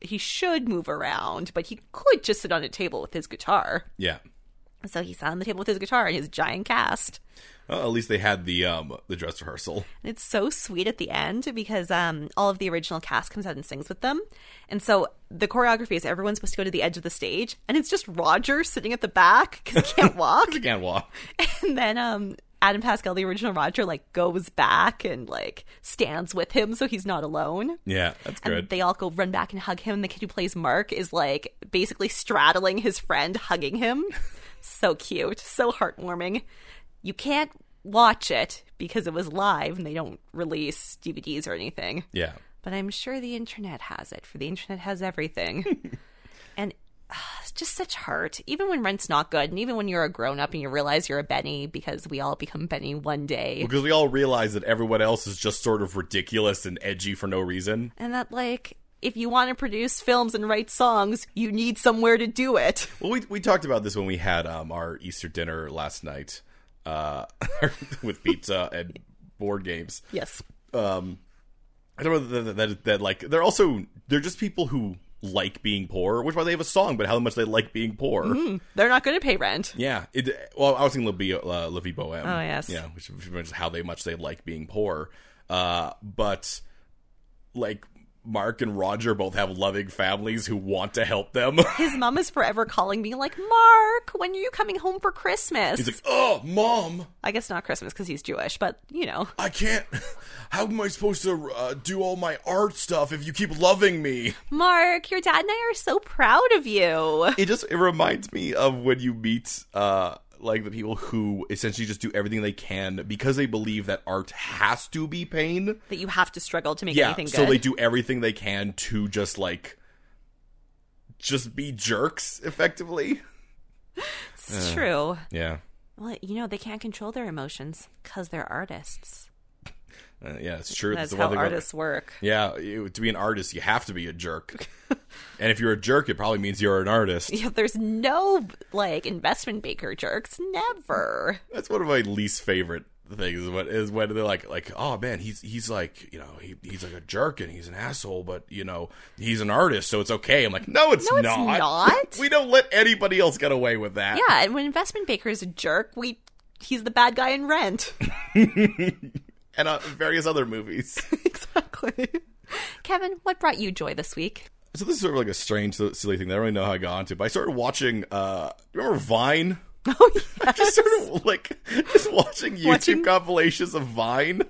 B: he should move around, but he could just sit on a table with his guitar.
A: Yeah.
B: So he sat on the table with his guitar and his giant cast.
A: Well, at least they had the um the dress rehearsal. (laughs)
B: And it's so sweet at the end because um, all of the original cast comes out and sings with them. And so the choreography is everyone's supposed to go to the edge of the stage, and it's just Roger sitting at the back because he can't walk.
A: I can't walk.
B: and then um, Adam Pascal, the original Roger, like goes back and like stands with him so he's not alone.
A: Yeah, that's
B: And
A: good.
B: they all go run back and hug him. The kid who plays Mark is like basically straddling his friend, hugging him. so cute, so heartwarming. You can't watch it because it was live and they don't release DVDs or anything.
A: yeah.
B: But I'm sure the internet has it, for the internet
A: (laughs)
B: has everything. and ah, it's just such heart. Even when rent's not good, and even when you're a grown up and you realize you're a Benny, because we all become Benny one day.
A: Because we all realize that everyone else is just sort of ridiculous and edgy for no reason.
B: And that, like, if you want to produce films and write songs, you need somewhere to do it.
A: Well, we we talked about this when we had um our Easter dinner last night, uh, (laughs) with pizza and board games. Um,
B: Yes.
A: I don't know that, that, that, that like they're also they're just people who like being poor, which is why they have a song about how much they like being poor.
B: They're not going to pay rent.
A: Yeah. It, well, I was thinking Levi uh, Levi Bohem.
B: Oh, yes.
A: Yeah, which which is how they much they like being poor. Uh, but like Mark and Roger both have loving families who want to help them. (laughs)
B: His mom is forever calling me, like, Mark, when are you coming home for Christmas?
A: He's like, "Oh, mom,
B: I guess not Christmas because he's Jewish, but you know.
A: I can't. (laughs) How am I supposed to uh, do all my art stuff if you keep loving me?"
B: Mark, your dad and I are so proud of you.
A: (laughs) it just it reminds me of when you meet uh like the people who essentially just do everything they can because they believe that art has to be pain.
B: That you have to struggle to make
A: Yeah,
B: anything good.
A: so they do everything they can to just like just be jerks effectively.
B: It's true.
A: Yeah.
B: Well, you know, they can't control their emotions because they're artists.
A: Uh, yeah, it's true.
B: That's
A: the one
B: how
A: thing about-
B: artists work. (laughs)
A: yeah, you- to be an artist, you have to be a jerk. and if you're a jerk, it probably means you're an
B: (laughs)
A: artist.
B: Yeah, there's no like investment banker jerks. Never.
A: That's one of my least favorite things is when, is when they're like like oh man he's he's like you know he, he's like a jerk and he's an asshole but you know he's an artist so it's okay I'm like no it's
B: No, it's
A: not
B: not.
A: (laughs) we don't let anybody else get away with that
B: Yeah, and when investment banker is a jerk, we he's the bad guy in Rent. (laughs)
A: and uh, various other movies
B: exactly. Kevin, what brought you joy this week?
A: so this is sort of like a strange s- silly thing that I don't really know how I got onto but I started watching uh do you remember Vine
B: (laughs) Oh,
A: (laughs)
B: yeah.
A: just sort of like just watching YouTube
B: Watching-
A: compilations of Vine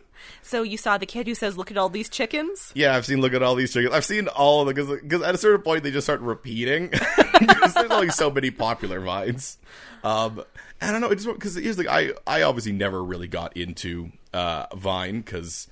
B: So you saw the kid who says, "Look at all these chickens."
A: Yeah, I've seen. Look at all these chickens. I've seen all of them because at a certain point they just start repeating. (laughs) 'Cause there's only so many popular vines. Um, I don't know. It's because here's the thing, I I obviously never really got into uh, Vine because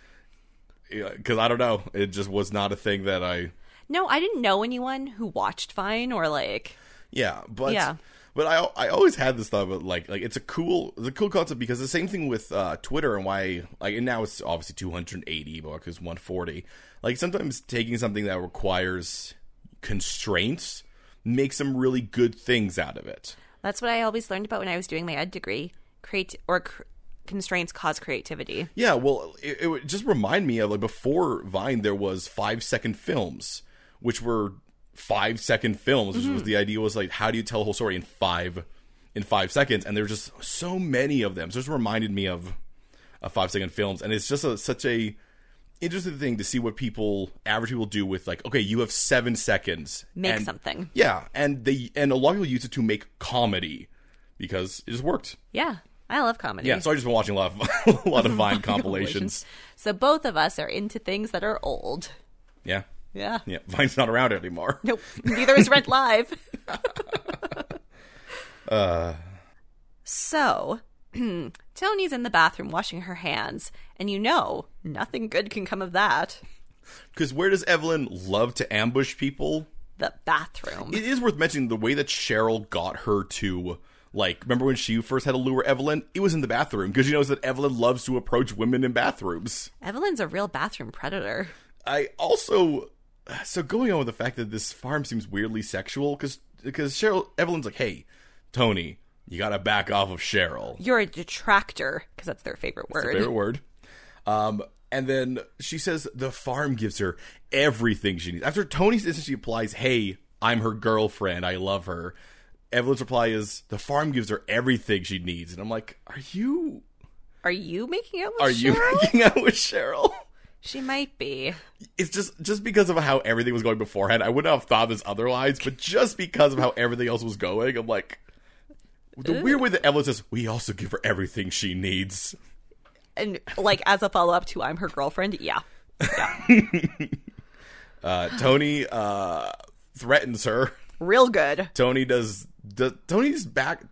A: because I don't know. It just was not a thing that I.
B: No, I didn't know anyone who watched Vine or like.
A: Yeah, but
B: Yeah.
A: but I I always had this thought about like like it's a cool it's a cool concept because the same thing with uh, Twitter and why like and now it's obviously 280 but it's 140 like sometimes taking something that requires constraints makes some really good things out of it.
B: That's what I always learned about when I was doing my ed degree. Create or cr- constraints cause creativity.
A: Yeah, well, it, it would just remind me of like before Vine, there was five second films, which were five second films, which was
B: Hmm.
A: the idea was like, how do you tell a whole story in five in five seconds? And there's just so many of them. So it just reminded me of of five second films, and it's just a, such a interesting thing to see what people average people do with like, okay, you have seven seconds,
B: Make
A: and-
B: something.
A: Yeah, and they and a lot of people use it to make comedy because it just worked.
B: Yeah. I love comedy.
A: Yeah, so I've just been watching a lot of (laughs) a
B: (laughs)
A: lot of Vine compilations.
B: So both of us are into things that are old.
A: Yeah.
B: Yeah.
A: Yeah. (laughs) Vine's not around anymore. (laughs)
B: Nope. Neither is Red Live.
A: Uh.
B: So, (clears throat) Tony's in the bathroom washing her hands, and you know, nothing good can come of that.
A: Because where does Evelyn love to ambush people?
B: The bathroom.
A: It is worth mentioning the way that Cheryl got her to like remember when she first had to lure Evelyn? It was in the bathroom because she knows that Evelyn loves to approach women in bathrooms.
B: Evelyn's a real bathroom predator.
A: I also so going on with the fact that this farm seems weirdly sexual because because Cheryl Evelyn's like, hey, Tony, you gotta back off of Cheryl.
B: You're a detractor, because that's their favorite word.
A: Favorite word. Um, and then she says the farm gives her everything she needs. After Tony's instance, she applies, "Hey, I'm her girlfriend. I love her." Evelyn's reply is, "The farm gives her everything she needs," and I'm like, "Are you?
B: Are you making out with
A: Are you (laughs)
B: Cheryl?
A: making out with Cheryl?"
B: She might be.
A: It's just just because of how everything was going beforehand. I wouldn't have thought this otherwise, but just because of how everything else was going, I'm like, the weird way that Evelyn says, "We also give her everything she needs."
B: And, like, as a follow up to I'm her girlfriend, yeah.
A: Uh, Tony uh, threatens her.
B: Real good.
A: Tony does, does. Tony's back.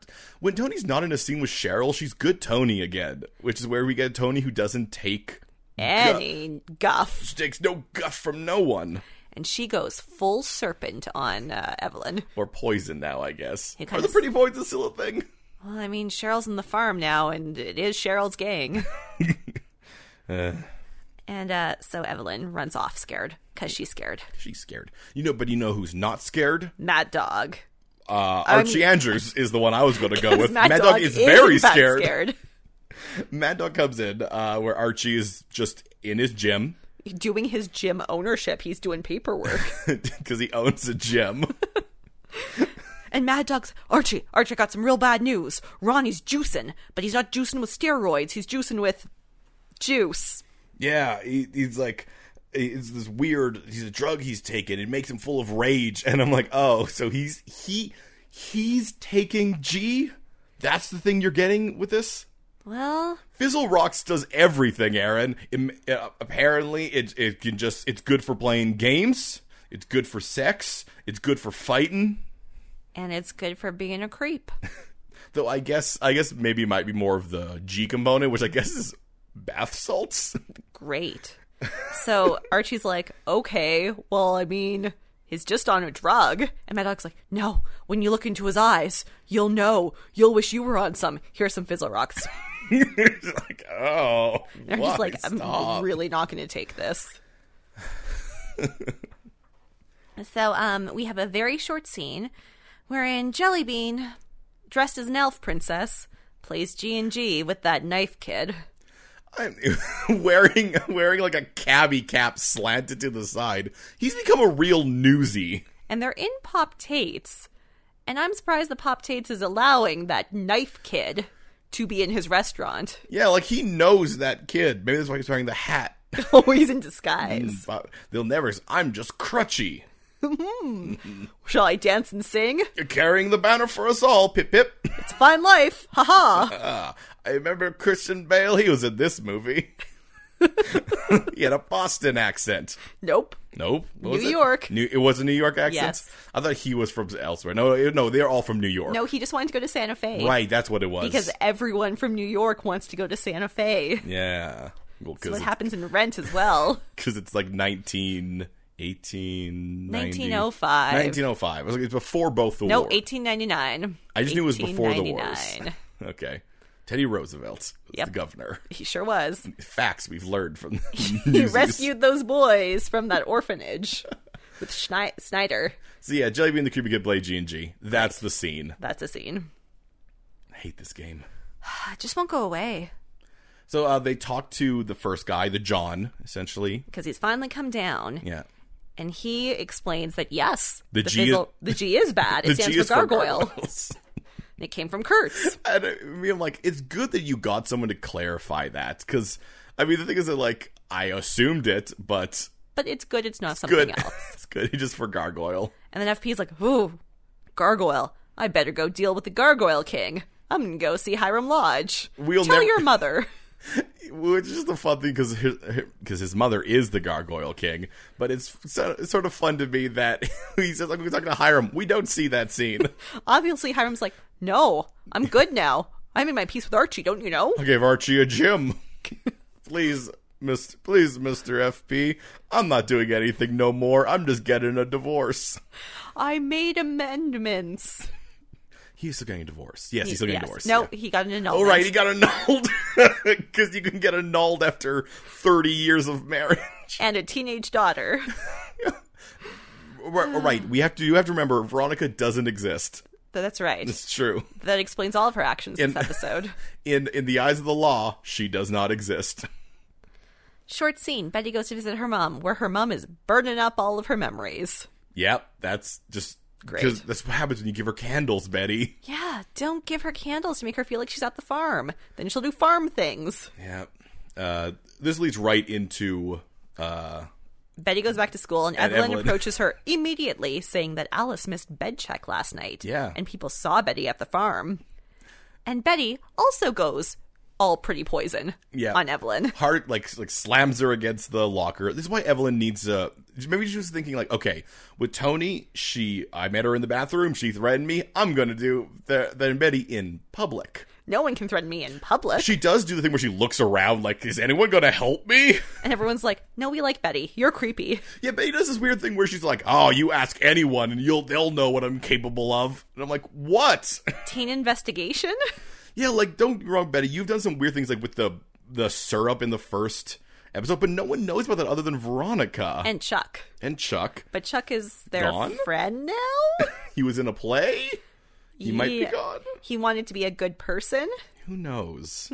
A: When Tony's not in a scene with Cheryl, she's good Tony again, which is where we get Tony who doesn't take
B: Any guff.
A: takes no guff from no one
B: And she goes full serpent on uh, Evelyn.
A: or poison. Now I guess
B: Here
A: are the
B: comes-
A: pretty poison still a thing?
B: Well, I mean, Cheryl's in the farm now, and it is Cheryl's gang.
A: (laughs)
B: And uh, so Evelyn runs off scared because she's scared.
A: She's scared, you know. But you know who's not scared?
B: Mad Dog.
A: Uh, Archie Andrews is the one I was going to go with.
B: Um, (laughs) 'Cause Mad, Dog,
A: is very
B: in fact
A: scared. Mad Dog comes in uh, where Archie is just in his gym (laughs)
B: Doing his gym ownership, he's doing paperwork.
A: because he owns a gym.
B: and Mad Dog's Archie. Archie got some real bad news. Ronnie's juicing, but he's not juicing with steroids. He's juicing with juice.
A: Yeah, he, he's like, it's this weird. He's a drug he's taken. It makes him full of rage, and I'm like, oh, so he's he he's taking G. That's the thing you're getting with this.
B: Well,
A: Fizzle Rocks does everything, Aaron. Im- uh, apparently, it it can just it's good for playing games. It's good for sex. It's good for fighting.
B: and it's good for being a creep.
A: Though I guess I guess maybe it might be more of the G component, which I guess is bath salts. (laughs)
B: great. So Archie's like, okay, well, I mean, he's just on a drug. And my dog's like, no, when you look into his eyes, you'll know. You'll wish you were on some. Here's some Fizzle Rocks. (laughs)
A: It's like, oh,
B: And
A: why?
B: Archie's like, um, I'm
A: Stop.
B: really not going to take
A: (laughs)
B: this. so um, we have a very short scene wherein Jellybean, dressed as an elf princess, plays G&G with that knife kid.
A: I'm (laughs) wearing wearing like a cabbie cap slanted to the side. He's become a real newsie.
B: and they're in Pop Tate's. And I'm surprised the Pop Tate's is allowing that knife kid to be in his restaurant. (laughs)
A: Yeah, like he knows that kid. Maybe that's why he's wearing the hat.
B: Oh, he's in disguise.
A: But They'll never. I'm just crutchy,
B: Shall I dance and sing?
A: You're carrying the banner for us all. Pip pip.
B: It's a fine life.
A: (laughs)
B: Haha.
A: Ah, I remember Christian Bale. He was in this movie. (laughs) he had a Boston accent.
B: Nope.
A: Nope. What was
B: New
A: it?
B: York.
A: New, it was a New York accent.
B: Yes.
A: I thought he was from elsewhere. No, no, they're all from New York.
B: No, he just wanted to go to Santa Fe.
A: Right, that's what it was.
B: Because everyone from New York wants to go to Santa Fe.
A: yeah, well,
B: That's
A: because
B: what happens in Rent as well.
A: (laughs) because it's like 19, 18,
B: 1905.
A: 1905. It was like, it's before both the
B: No,
A: war.
B: 1899.
A: I just knew it was before the wars. (laughs)
B: 1899.
A: okay. Teddy Roosevelt was
B: Yep.
A: the governor.
B: He sure
A: (laughs)
B: was.
A: Facts we've learned from
B: (laughs) He
A: newsies.
B: rescued those boys from that orphanage with Schnei- Snyder.
A: So yeah, Jellybean and the Creepy Kid play G&G. That's the scene.
B: That's a scene.
A: I hate this game.
B: Uh, It just won't go away.
A: So uh, they talk to the first guy, the John, essentially.
B: because he's finally come down
A: Yeah.
B: and he explains that yes,
A: The G is-
B: the G
A: (laughs)
B: is bad. It
A: The
B: stands
A: G
B: for
A: is for
B: gargoyle. (laughs)
A: gargoyles.
B: And it came from Kurtz.
A: And I mean, like, it's good that you got someone to clarify that because, I mean, the thing is that, like, I assumed it, but
B: But it's good it's not something
A: good.
B: else.
A: (laughs) it's good. He just for gargoyle.
B: And then FP's like, ooh, gargoyle. I better go deal with the gargoyle king. I'm gonna go see Hiram Lodge.
A: We'll
B: Tell
A: never-
B: your mother. (laughs)
A: Which is just a fun thing because his, 'cause his mother is the Gargoyle King, but it's so, it's sort of fun to me that (laughs) he says like we're talking to Hiram. We don't see that scene. (laughs)
B: Obviously, Hiram's like, no, I'm good now. I made my peace with Archie, don't you know?
A: I gave Archie a gym. (laughs) please, Mister, please, Mister FP. I'm not doing anything no more. I'm just getting a divorce.
B: I made amendments.
A: He's still getting a divorce. Yes, he's still getting
B: Yes.
A: a divorce.
B: No,
A: yeah.
B: he got an
A: Oh
B: annulment.
A: right, he got annulled (laughs) because you can get annulled after thirty years of marriage.
B: and a teenage daughter.
A: (laughs)
B: (laughs)
A: right, oh, right, we have to. You have to remember, Veronica doesn't exist.
B: That's right.
A: It's true.
B: That explains all of her
A: (laughs)
B: actions in this episode.
A: In in the eyes of the law, she does not exist.
B: Short scene Betty goes to visit her mom, where her mom is burning up all of her memories.
A: Yep, that's just
B: Great.
A: 'cause That's what happens when you give her candles, Betty.
B: Yeah, don't give her candles to make her feel like she's at the farm. Then she'll do farm things.
A: Yep. Uh, this leads right into uh,
B: Betty goes back to school, and, Evelyn,
A: Evelyn.
B: approaches her immediately, saying that Alice missed bed check last night.
A: Yeah.
B: And people saw Betty at the farm. And Betty also goes all pretty poison
A: Yeah.
B: on Evelyn.
A: hard like like slams her against the locker. This is why Evelyn needs a. Maybe she was thinking like, okay, with Tony, she I met her in the bathroom. She threatened me. I'm gonna do th- then Betty in public.
B: No one can threaten me in public.
A: She does do the thing where she looks around like, is anyone gonna help me? (laughs)
B: and everyone's like, no, we like Betty. You're creepy.
A: Yeah, Betty does this weird thing where she's like, "Oh, you ask anyone, and you'll they'll know what I'm capable of." And I'm like, "What?" (laughs)
B: Teen investigation?
A: yeah, like don't get me wrong, Betty. You've done some weird things, like with the the syrup in the first episode, but no one knows about that other than Veronica and,
B: and Chuck.
A: Chuck.
B: But Chuck is their
A: Gone?
B: friend now?
A: He was in a play. (laughs) He might be gone.
B: He wanted to be a good person.
A: Who knows?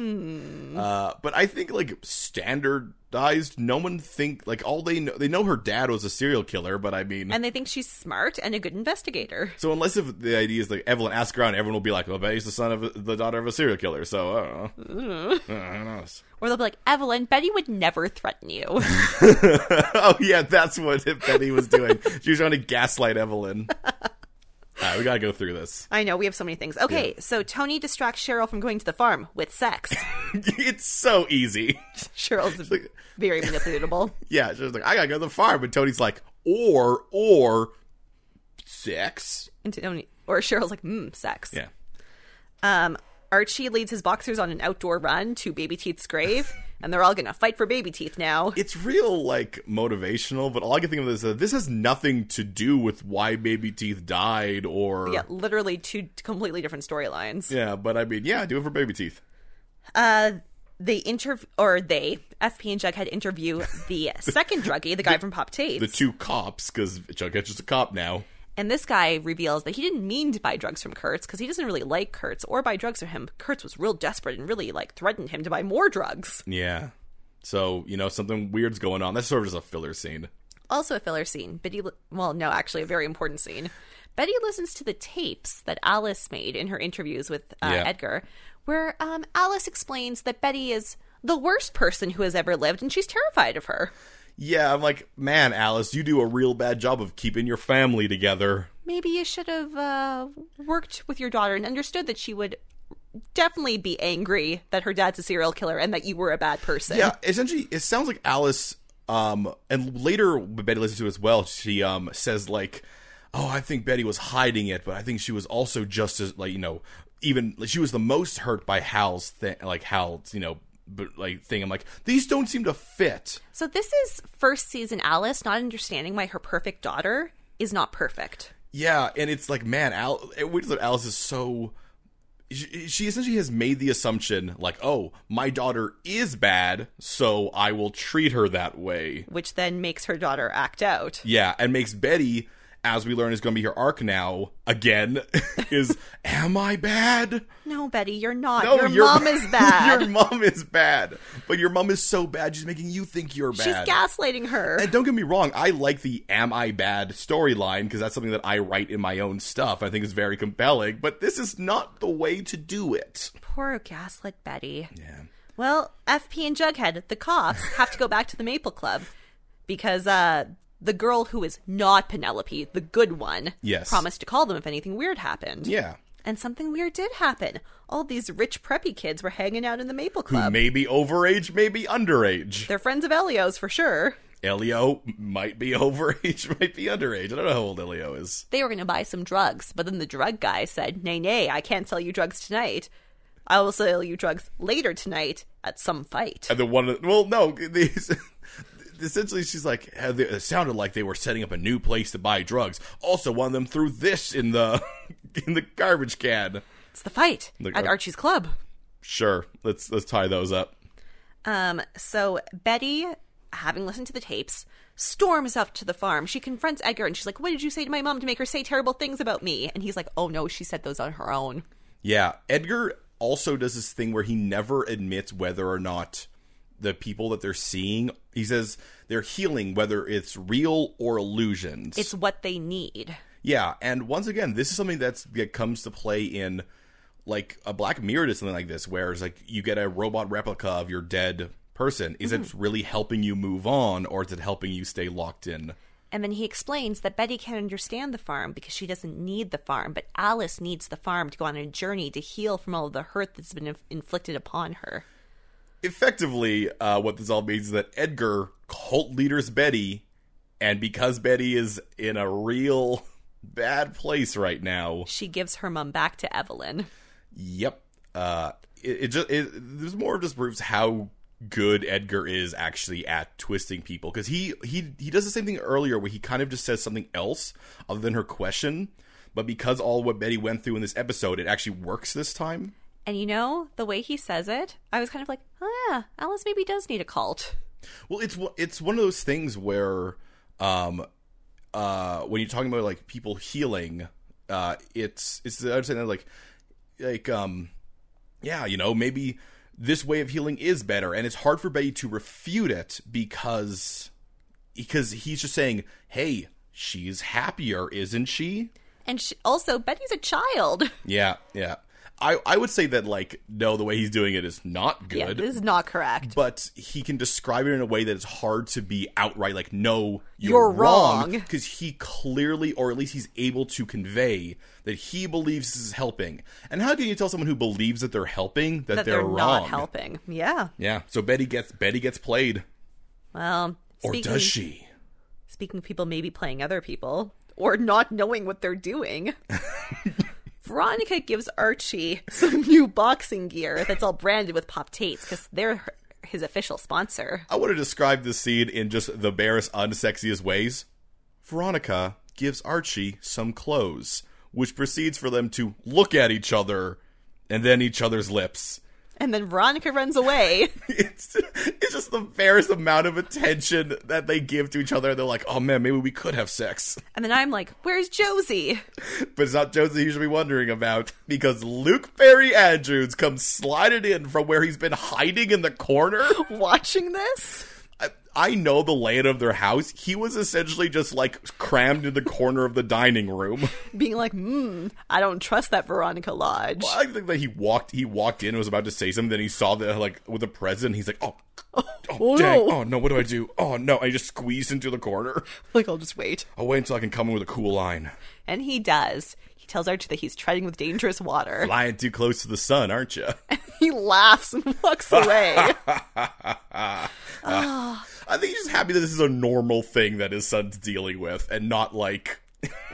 A: Uh, but I think like standardized, no one think like all they know they know her dad was a serial killer, but I mean.
B: And they think she's smart and a good investigator.
A: so unless if the idea is like Evelyn asks around, everyone will be like, "Well, Betty's the son of a, the daughter of a serial killer." So I don't know. Uh, who knows? (laughs)
B: Or they'll be like, Evelyn, Betty would never threaten you.
A: oh yeah, that's what (laughs) Betty was doing. she was trying to gaslight Evelyn. All right, we gotta go through this. (laughs)
B: I know, we have so many things. Okay, so Tony distracts Cheryl from going to the farm
A: (laughs)
B: with sex.
A: it's so easy.
B: Cheryl's
A: (laughs)
B: very manipulatable.
A: Yeah, she was like, "I gotta go to the farm," but Tony's like, "Or or sex."
B: And Tony, or Cheryl's like, mm, sex.
A: Yeah,
B: Um, Archie leads his boxers on an outdoor run to Baby Teeth's grave, and they're all going to fight for Baby Teeth
A: (laughs)
B: now.
A: it's real like motivational, but all I can think of is that this has nothing to do with why Baby Teeth died or
B: Yeah, literally two completely different storylines.
A: Yeah, but I mean, yeah, do it for baby teeth.
B: Uh, they interv or they FP and Jughead interview the second druggie, the guy from Pop Tape,
A: The two cops, because Jughead's just a cop now.
B: and this guy reveals that he didn't mean to buy drugs from Kurtz because he doesn't really like Kurtz or buy drugs from him. Kurtz was real desperate and really like threatened him to buy more drugs.
A: Yeah. So, you know, something weird's going on. That's sort of just a filler scene.
B: Also a filler scene. Betty, li- well, no, actually a very important scene. Betty listens to the tapes that Alice made in her interviews with uh,
A: Yeah.
B: Edgar, where um, Alice explains that Betty is the worst person who has ever lived, and she's terrified of her.
A: Yeah, I'm like, man, Alice, you do a real bad job of keeping your family together.
B: maybe you should have uh, worked with your daughter and understood that she would definitely be angry that her dad's a serial killer and that you were a bad person.
A: Yeah, essentially, it sounds like Alice, um, and later Betty listens to it as well. She um says like, "Oh, I think Betty was hiding it, but I think she was also just as like you know, even like, she was the most hurt by Hal's thing, like Hal's you know." But like thing, I'm like these don't seem to fit.
B: So this is first season Alice not understanding why her perfect daughter is not perfect.
A: Yeah, and it's like, man, Al- it weird that Alice is so. She, she essentially has made the assumption, like, oh, my daughter is bad, so I will treat her that way.
B: Which then makes her daughter act out.
A: Yeah, and makes Betty as we learn is going to be her arc now again, (laughs) is am I bad?
B: No, Betty, you're not.
A: No,
B: your
A: (laughs) you're-
B: mom is bad.
A: your mom is bad, but your mom is so bad she's making you think you're bad.
B: She's gaslighting her.
A: And don't get me wrong, I like the "Am I bad?" storyline because that's something that I write in my own stuff. I think it's very compelling, but this is not the way to do it.
B: Poor gaslit Betty.
A: Yeah.
B: Well, FP and Jughead, the cops, have to go back to the Maple Club because uh, the girl who is not Penelope, the good one,
A: Yes.
B: promised to call them if anything weird happened.
A: Yeah.
B: And something weird did happen. All these rich preppy kids were hanging out in the Maple
A: Who
B: Club.
A: may be overage, may be underage.
B: They're friends of Elio's for sure.
A: Elio might be (laughs) overage, might be underage. I don't know how old Elio is.
B: They were going to buy some drugs, but then the drug guy said, Nay, nay, I can't sell you drugs tonight. I will sell you drugs later tonight at some fight.
A: And the one, well, no, these. (laughs) Essentially, she's like, it sounded like they were setting up a new place to buy drugs. Also, one of them threw this in the (laughs) in the garbage can.
B: It's the fight
A: Look,
B: at
A: uh,
B: Archie's Club.
A: Sure, let's let's tie those up.
B: Um, so Betty, having listened to the tapes, storms up to the farm. She confronts Edgar and she's like, What did you say to my mom to make her say terrible things about me? And he's like, Oh no, she said those on her own.
A: Yeah, Edgar also does this thing where he never admits whether or not the people that they're seeing, he says they're healing, whether it's real or illusions.
B: It's what they need.
A: yeah, and once again, this is something that's that comes to play in like a Black Mirror to something like this, where it's like you get a robot replica of your dead person. Is it really helping you move on, or is it helping you stay locked in?
B: And then he explains that Betty can understand the farm because she doesn't need the farm, but Alice needs the farm to go on a journey to heal from all of the hurt that's been inf- inflicted upon her.
A: effectively, uh, what this all means is that Edgar cult leaders Betty, and because Betty is in a real (laughs) bad place right now,
B: She gives her mom back to Evelyn.
A: yep, uh, it, it just it, there's more of just proves how good Edgar is actually at twisting people because he he he does the same thing earlier where he kind of just says something else other than her question. But because all what Betty went through in this episode, it actually works this time.
B: And you know, the way he says it, I was kind of like, oh yeah, Alice maybe does need a cult.
A: Well, it's one- it's one of those things where, um, uh, when you're talking about like people healing, uh, it's it's the understanding that like, like um, yeah, you know, maybe this way of healing is better, and it's hard for Betty to refute it because because he's just saying, hey, she's happier, isn't she?
B: And she, also, Betty's a child. (laughs)
A: Yeah, yeah. I I would say that like no, the way he's doing it is not good.
B: Yeah, this is not correct.
A: but he can describe it in a way that it's hard to be outright like no
B: You're
A: you're, wrong
B: wrong.
A: because he clearly or at least he's able to convey that he believes this is helping and how can you tell someone who believes that they're helping that,
B: that
A: they're,
B: they're,
A: wrong
B: not helping. Yeah.
A: yeah so betty gets betty gets played
B: Well,
A: or
B: speaking,
A: does she
B: Speaking of people maybe playing other people or not knowing what
A: (laughs)
B: they're doing. Veronica gives Archie some new boxing gear that's all branded with Pop Tates because they're her- his official sponsor.
A: i want to describe this scene in just the barest unsexiest ways veronica gives archie some clothes which proceeds for them to look at each other and then each other's lips
B: And then Veronica runs
A: (laughs)
B: away.
A: it's it's just the fairest amount of attention that they give to each other. They're like, oh man, maybe we could have sex, (laughs)
B: And then I'm like, where's Josie? (laughs)
A: but it's not Josie you should be wondering about because Luke Perry Andrews comes sliding in from where he's been hiding in the corner.
B: Watching this?
A: I, I know the layout of their house. He was essentially just like crammed in the corner of the dining room.
B: Being like, hmm, I don't trust that Veronica Lodge.
A: I think that he walked he walked in and was about to say something. Then he saw that like with the president. He's like, oh. Oh,
B: Oh,
A: dang.
B: no.
A: Oh, no. What do I do? Oh, no. I just squeezed into the corner.
B: Like, I'll just wait.
A: I'll wait until I can come in with a cool line.
B: And he does. He tells Archie that he's treading with dangerous water.
A: Flying too close to the sun, aren't you?
B: He laughs and walks away.
A: (laughs) I think he's just happy that this is a normal thing that his son's dealing with and not like.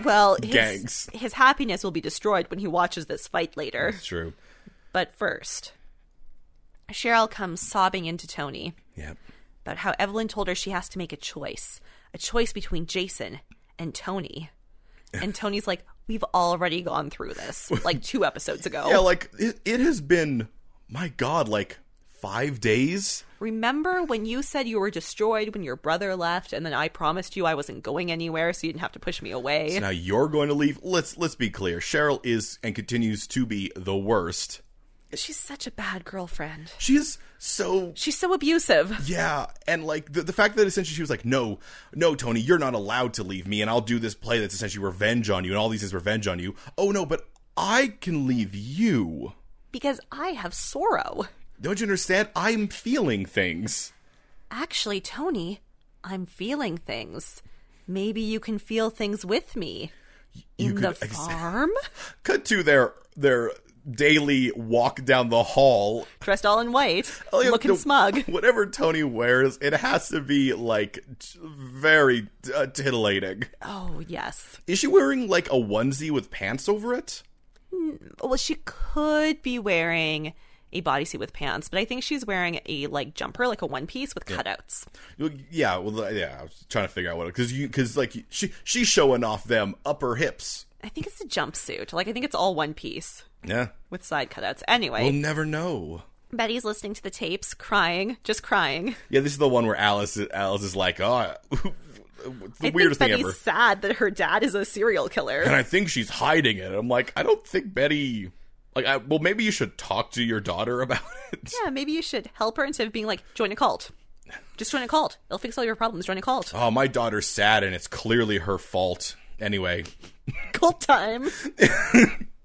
B: well, his,
A: Gangs.
B: his happiness will be destroyed when he watches this fight later.
A: True.
B: But first, Cheryl comes sobbing into Tony
A: Yeah.
B: about how Evelyn told her she has to make a choice a choice between Jason and Tony. And Tony's like, We've already gone through this like two episodes ago.
A: Yeah, like, it, it has been, my God, like five days.
B: Remember when you said you were destroyed when your brother left, and then I promised you I wasn't going anywhere, so you didn't have to push me away?
A: So now you're going to leave. Let's let's be clear. Cheryl is and continues to be the worst.
B: She's such a bad girlfriend.
A: She is so
B: She's so abusive.
A: yeah, and like the, the fact that essentially she was like, "No, no, Tony, you're not allowed to leave me, and I'll do this play that's essentially revenge on you, and all these is revenge on you." Oh no, but I can leave you.
B: Because I have sorrow.
A: Don't you understand? I'm feeling things.
B: Actually, Tony, I'm feeling things. Maybe you can feel things with me.
A: you
B: In the
A: could ex-
B: farm?
A: Cut to their their daily walk down the hall
B: Dressed all in white,
A: (laughs) Oh, yeah,
B: looking
A: the-
B: smug.
A: (laughs) Whatever Tony wears, it has to be like t- very uh, titillating.
B: Oh, yes.
A: Is she wearing like a onesie with pants over it?
B: Well, she could be wearing a bodysuit with pants, but I think she's wearing a like jumper, like a one piece with cutouts.
A: Well, Yeah, well, yeah. I was trying to figure out what because you because like she she's showing off them upper hips.
B: I think it's a jumpsuit. Like I think it's all one piece
A: Yeah,
B: with side cutouts. Anyway,
A: we'll never know.
B: Betty's listening to the tapes, crying, just crying.
A: Yeah, this is the one where Alice Alice is like, oh, (laughs) I- it's the
B: I
A: weirdest
B: think
A: thing
B: Betty's
A: ever.
B: sad that her dad is a serial
A: And
B: killer.
A: I think she's hiding it. I'm like, I don't think Betty. Like, I, well, maybe you should talk to your daughter (laughs) about it.
B: yeah, maybe you should help her instead of being like, join a cult. Just join a cult. It'll fix all your problems. Join a cult. (laughs)
A: Oh, my daughter's sad, and it's clearly her fault. Anyway,
B: Cult time.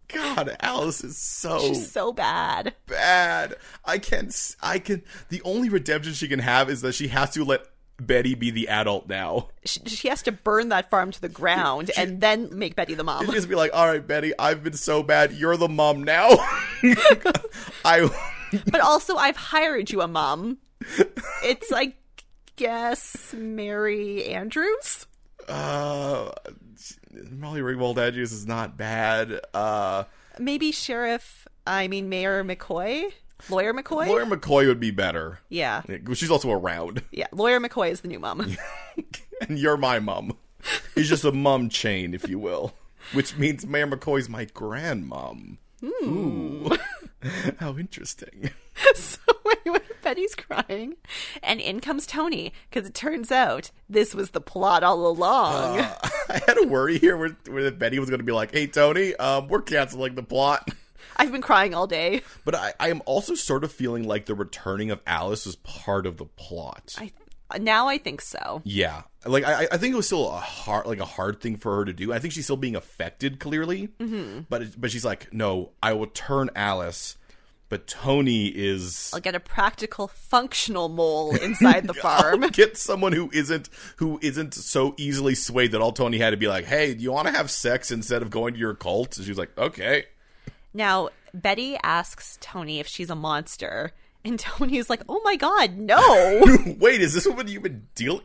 A: God, Alice is so
B: She's so bad.
A: bad. I can, not I can. The only redemption she can have is that she has to let Betty be the adult now.
B: She, she has to burn that farm to the ground and then make Betty the mom.
A: (laughs) She'd just be like, "All right, Betty, I've been so bad. You're the mom now. (laughs) I
B: But also, I've hired you a mom. It's I guess Mary Andrews.
A: uh, Molly Ringwald Edges is not bad. Uh,
B: Maybe Sheriff. I mean Mayor McCoy, Lawyer McCoy.
A: Laura McCoy would be better.
B: yeah,
A: She's also around, (laughs)
B: yeah. Lawyer McCoy is the new mom.
A: and you're my mom. It's just a mum chain, if you will, which means Mayor McCoy's my grandmom. Ooh, (laughs) how interesting.
B: (laughs) so anyway, Betty's crying, and in comes Tony because it turns out this was the plot all
A: Ah.
B: along.
A: Uh, I had a worry here where, where Betty was going to be like, "Hey Tony, um, we're canceling the plot,"
B: I've been crying all day.
A: but I, I am also sort of feeling like the returning of Alice was part of the plot.
B: I now I think so.
A: yeah, like I, I think it was still a hard, like a hard thing for her to do. I think she's still being affected clearly, mm-hmm. but it- but she's like, "No, I will turn Alice." But Tony is (laughs)
B: I'll get a practical, functional mole inside the farm.
A: get someone who isn't who isn't so easily swayed that all Tony had to be like, "Hey, do you want to have sex instead of going to your cult?" And she's like, "Okay." (laughs)
B: Now, Betty asks Tony if she's a monster, and Tony's like, "Oh my god, no.
A: (laughs) Wait, is this what you've been dealing?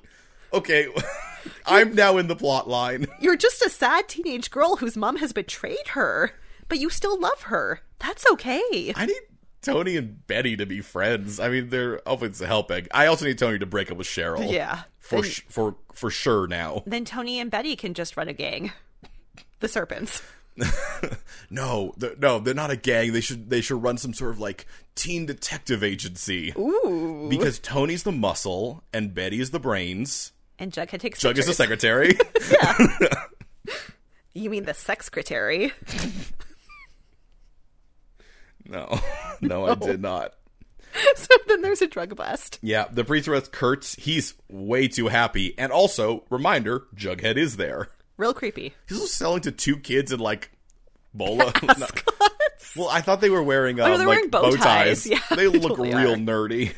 A: Okay, (laughs) I'm now in the plot line. (laughs)
B: You're just a sad teenage girl whose mom has betrayed her, but you still love her. That's okay."
A: I need Tony and Betty to be friends. I mean, they're opens to helping. I also need Tony to break up with Cheryl.
B: Yeah.
A: for sh- for for sure now. (laughs)
B: Then Tony and Betty can just run a gang. (laughs) The serpents.
A: No, they're, no, they're not a gang. They should they should run some sort of like teen detective agency.
B: Ooh.
A: Because Tony's the muscle and Betty is the brains.
B: And Jughead takes
A: Jug is the
B: pictures. (laughs)
A: secretary. (laughs)
B: You mean the secretary?
A: no, no, I did not.
B: (laughs) so then there's a drug bust.
A: Yeah, the priest arrests Kurtz. He's way too happy. And also, reminder, Jughead is there. (laughs)
B: Real creepy.
A: He's also selling to two kids in like
B: (laughs)
A: bola. No. Well, I thought they were wearing um,
B: Oh, they're
A: like
B: wearing bow ties. (laughs) Yeah,
A: they
B: they
A: look
B: totally
A: real
B: are.
A: nerdy.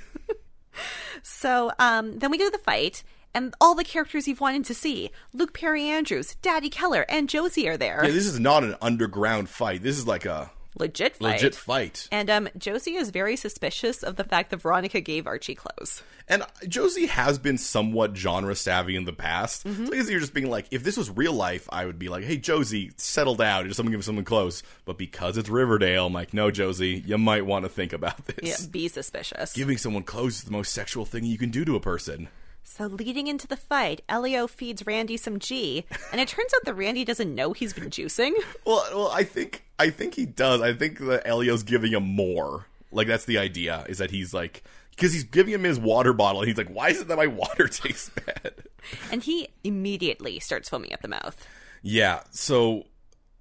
B: So um, then we go to the fight, and all the characters you've wanted to see Luke Perry Andrews, Daddy Keller, and Josie are there.
A: Yeah, this is not an underground fight. This is like a
B: legit fight.
A: legit fight.
B: And um, Josie is very suspicious of the fact that Veronica gave Archie clothes.
A: And Josie has been somewhat genre savvy in the past. So I guess you're just being like, if this was real life, I would be like, hey, Josie, settle down. Or someone give someone close. But because it's Riverdale, I'm like, no, Josie, you might want to think about this.
B: Yeah, be suspicious.
A: Giving someone clothes is the most sexual thing you can do to a person.
B: so leading into the fight, Elio feeds Randy some G, and it turns out that Randy doesn't know he's been juicing. (laughs)
A: Well, well, I think I think he does. I think that Elio's giving him more. Like that's the idea is that he's like because he's giving him his water bottle and he's like, why is it that my water (laughs) tastes bad?
B: And he immediately starts foaming at the mouth.
A: Yeah, so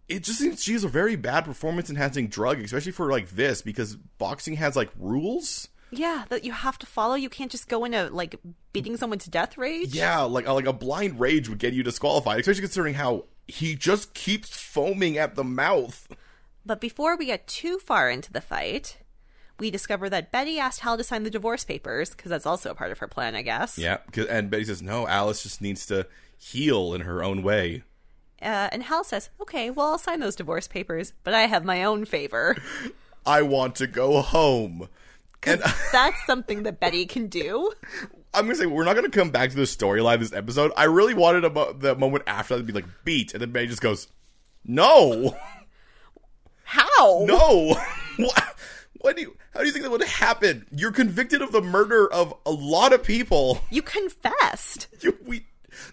A: it just seems she's a very bad performance enhancing drug, especially for like this because boxing has like rules.
B: Yeah, that you have to follow. You can't just go into like beating someone to death rage.
A: Yeah, like like a blind rage would get you disqualified, especially considering how he just keeps foaming at the mouth.
B: But before we get too far into the fight, we discover that Betty asked Hal to sign the divorce papers because that's also a part of her plan, I guess.
A: Yeah, 'cause- and Betty says no. Alice just needs to heal in her own way.
B: Uh, and Hal says, "Okay, well, I'll sign those divorce papers, but I have my own (laughs) favor.
A: I want to go home. And
B: That's something that Betty can do."
A: (laughs) I'm gonna say we're not gonna come back to the storyline this episode. I really wanted a mo- the moment after that to be like beat, and then Betty just goes, "No,
B: How?
A: no, (laughs) what? What do you? How do you think that would happen? You're convicted of the murder of a lot of people. (laughs)
B: You confessed.
A: You, we,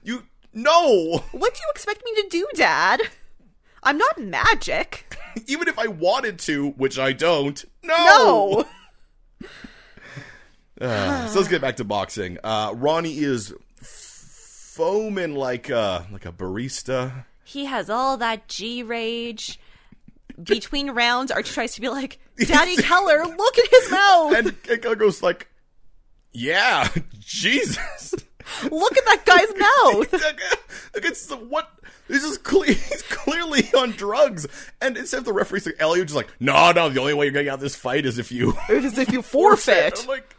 A: you, no. (laughs)
B: What do you expect me to do, Dad? I'm not magic.
A: Even if I wanted to, which I don't.
B: No.
A: Uh, (sighs) so let's get back to boxing. Uh, Ronnie is foaming like a like a barista.
B: He has all that G rage. Between rounds, Archie tries to be like, Daddy Keller, look at his mouth.
A: and Keiko goes like, "Yeah, (laughs) Jesus."
B: Look at that guy's mouth.
A: Like, like, it's the- what this is cle- (laughs) he's clearly on drugs and instead of the referee saying Elliot just like no no the only way you're getting out of this fight is if you (laughs)
B: As (laughs) if you forfeit.
A: I'm like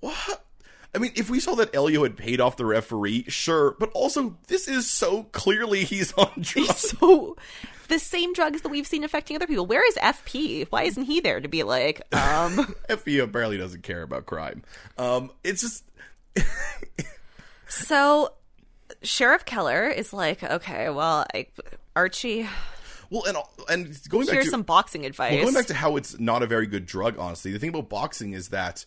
A: what I mean if we saw that Elio had paid off the referee sure but also this is so clearly he's (laughs) on drugs
B: So, the same drugs that we've seen affecting other people. Where is FP? Why isn't he there to be like, um.
A: Effie apparently doesn't care about crime um it's just
B: so, Sheriff Keller is like, okay, well, I, Archie,
A: well and and going back
B: here's
A: to
B: some boxing advice.
A: Well, going back to how it's not a very good drug, honestly, the thing about boxing is that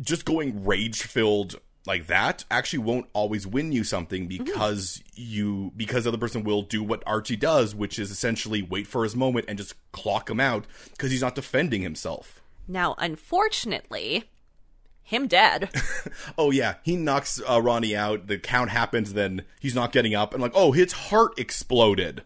A: just going rage filled like that actually won't always win you something because you because the other person will do what Archie does, which is essentially wait for his moment and just clock him out because he's not defending himself.
B: now, unfortunately, him dead.
A: Oh yeah, he knocks uh, Ronnie out. The count happens, then he's not getting up, and like, oh, his heart exploded.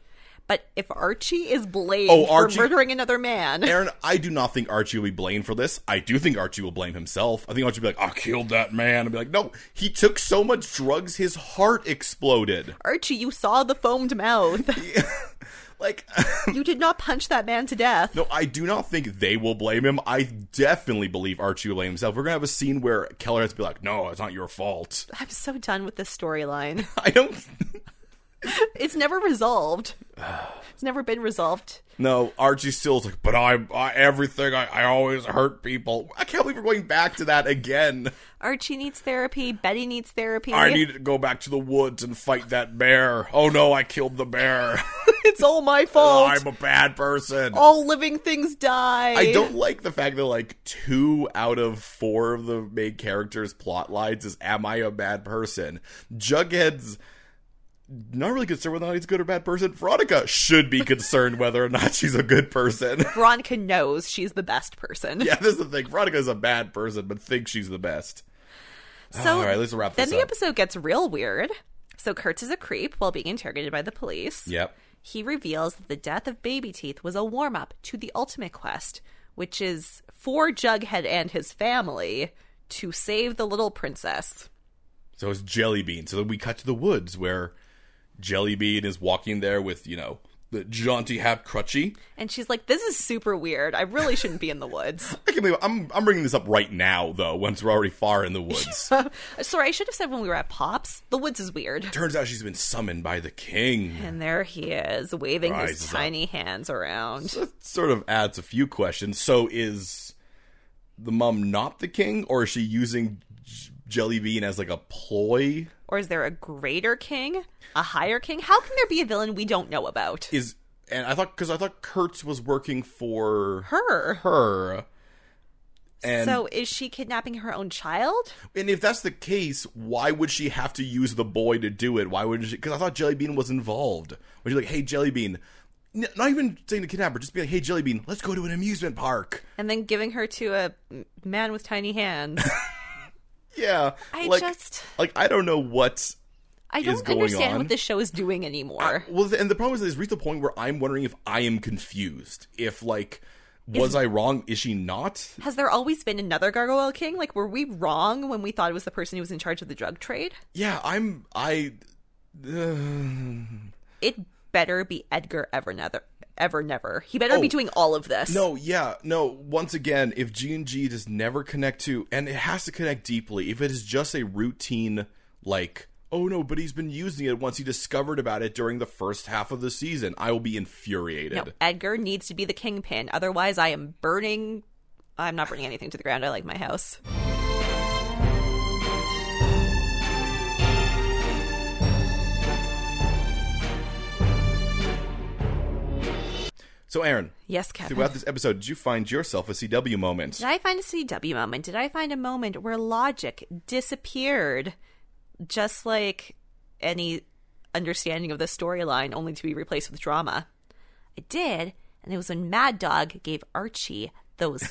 B: But if Archie is blamed
A: Oh, Archie-
B: for murdering another man,
A: Aaron, I do not think Archie will be blamed for this. I do think Archie will blame himself. I think Archie will be like, I killed that man. I'll be like, no, he took so much drugs, his heart exploded.
B: Archie, you saw the foamed mouth.
A: (laughs)
B: (laughs)
A: Like, (laughs)
B: you did not punch that man to death.
A: no, I do not think they will blame him. I definitely believe Archie will blame himself. We're going to have a scene where Keller has to be like, no, it's not your fault. (laughs)
B: I'm so done with this storyline.
A: I don't.
B: (laughs)
A: (laughs)
B: It's never
A: (sighs)
B: resolved. It's never been resolved.
A: No, Archie still is like, but I, I everything, I, I always hurt people. I can't believe we're going back to that again.
B: Archie needs therapy. Betty needs therapy.
A: I need to go back to the woods and fight that bear. Oh no, I killed the bear.
B: (laughs)
A: (laughs)
B: it's all my fault. Oh,
A: I'm a bad person.
B: all living things die.
A: I don't like the fact that like two out of four of the main characters' plot lines is "Am I a bad person?" Jughead's not really concerned whether or not he's a good or bad person. Veronica should be concerned whether or not she's a good person. (laughs)
B: Veronica knows she's the best person.
A: yeah, this is the thing. Veronica's a bad person, but thinks she's the best.
B: So
A: All right, let's wrap
B: then
A: this
B: the
A: up.
B: episode gets real weird. So Kurtz is a creep while being interrogated by the police.
A: Yep.
B: he reveals that the death of Baby Teeth was a warm up to the ultimate quest, which is for Jughead and his family to save the little princess.
A: So it's Jellybean. So then we cut to the woods where Jellybean is walking there with you know the jaunty hat crutchy.
B: And she's like, This is super weird. I really shouldn't be in the woods. (laughs)
A: I can't believe I'm I'm bringing this up right now though. Once we're already far
B: (laughs)
A: in the woods,
B: Sorry, I should have said when we were at Pops. The woods is weird.
A: turns out she's been summoned by the king.
B: And there he is, waving
A: Rises
B: his
A: up.
B: tiny hands around.
A: (laughs) That sort of adds a few questions. So is the mom not the king, or is she using J- Jellybean as like a ploy?
B: Or is there a greater king? A higher king? How can there be a villain we don't know about?
A: Is and I thought because I thought Kurtz was working for
B: Her.
A: her. And
B: so is she kidnapping her own child?
A: and if that's the case, why would she have to use the boy to do it? Why would she? Because I thought Jellybean was involved. Was she like, "Hey, Jellybean, n- not even saying to kidnap her, just be like, hey, Jellybean, let's go to an amusement park.
B: and then giving her to a m- man with
A: (laughs)
B: tiny hands.
A: Yeah.
B: I
A: like,
B: just-
A: Like, I don't know what.
B: I
A: Is
B: don't
A: going
B: understand
A: on.
B: what this show is doing anymore.
A: Well, and the problem is, it's reached the point where I'm wondering if I am confused. If, like, was I wrong? Is she not?
B: Has there always been another Gargoyle King? Like, were we wrong when we thought it was the person who was in charge of the drug trade?
A: Yeah, I'm. I. (sighs) uh,
B: It better be Edgar Evernever. Ever never. He better
A: Oh.
B: be doing all of this.
A: No, yeah, no. Once again, if G and G does never connect to, and it has to connect deeply. If it is just a routine, like, oh no, but he's been using it once he discovered about it during the first half of the season, I will be infuriated.
B: No, Edgar needs to be the kingpin. Otherwise, I am burning. I'm not burning anything to the ground. I like my house.
A: So, Aaron,
B: Yes, Kevin.
A: throughout this episode, did you find yourself a CW moment?
B: Did I find a CW moment? Did I find a moment where logic disappeared, just like any understanding of the storyline, only to be replaced with drama? I did, and it was when Mad Dog gave Archie (laughs) those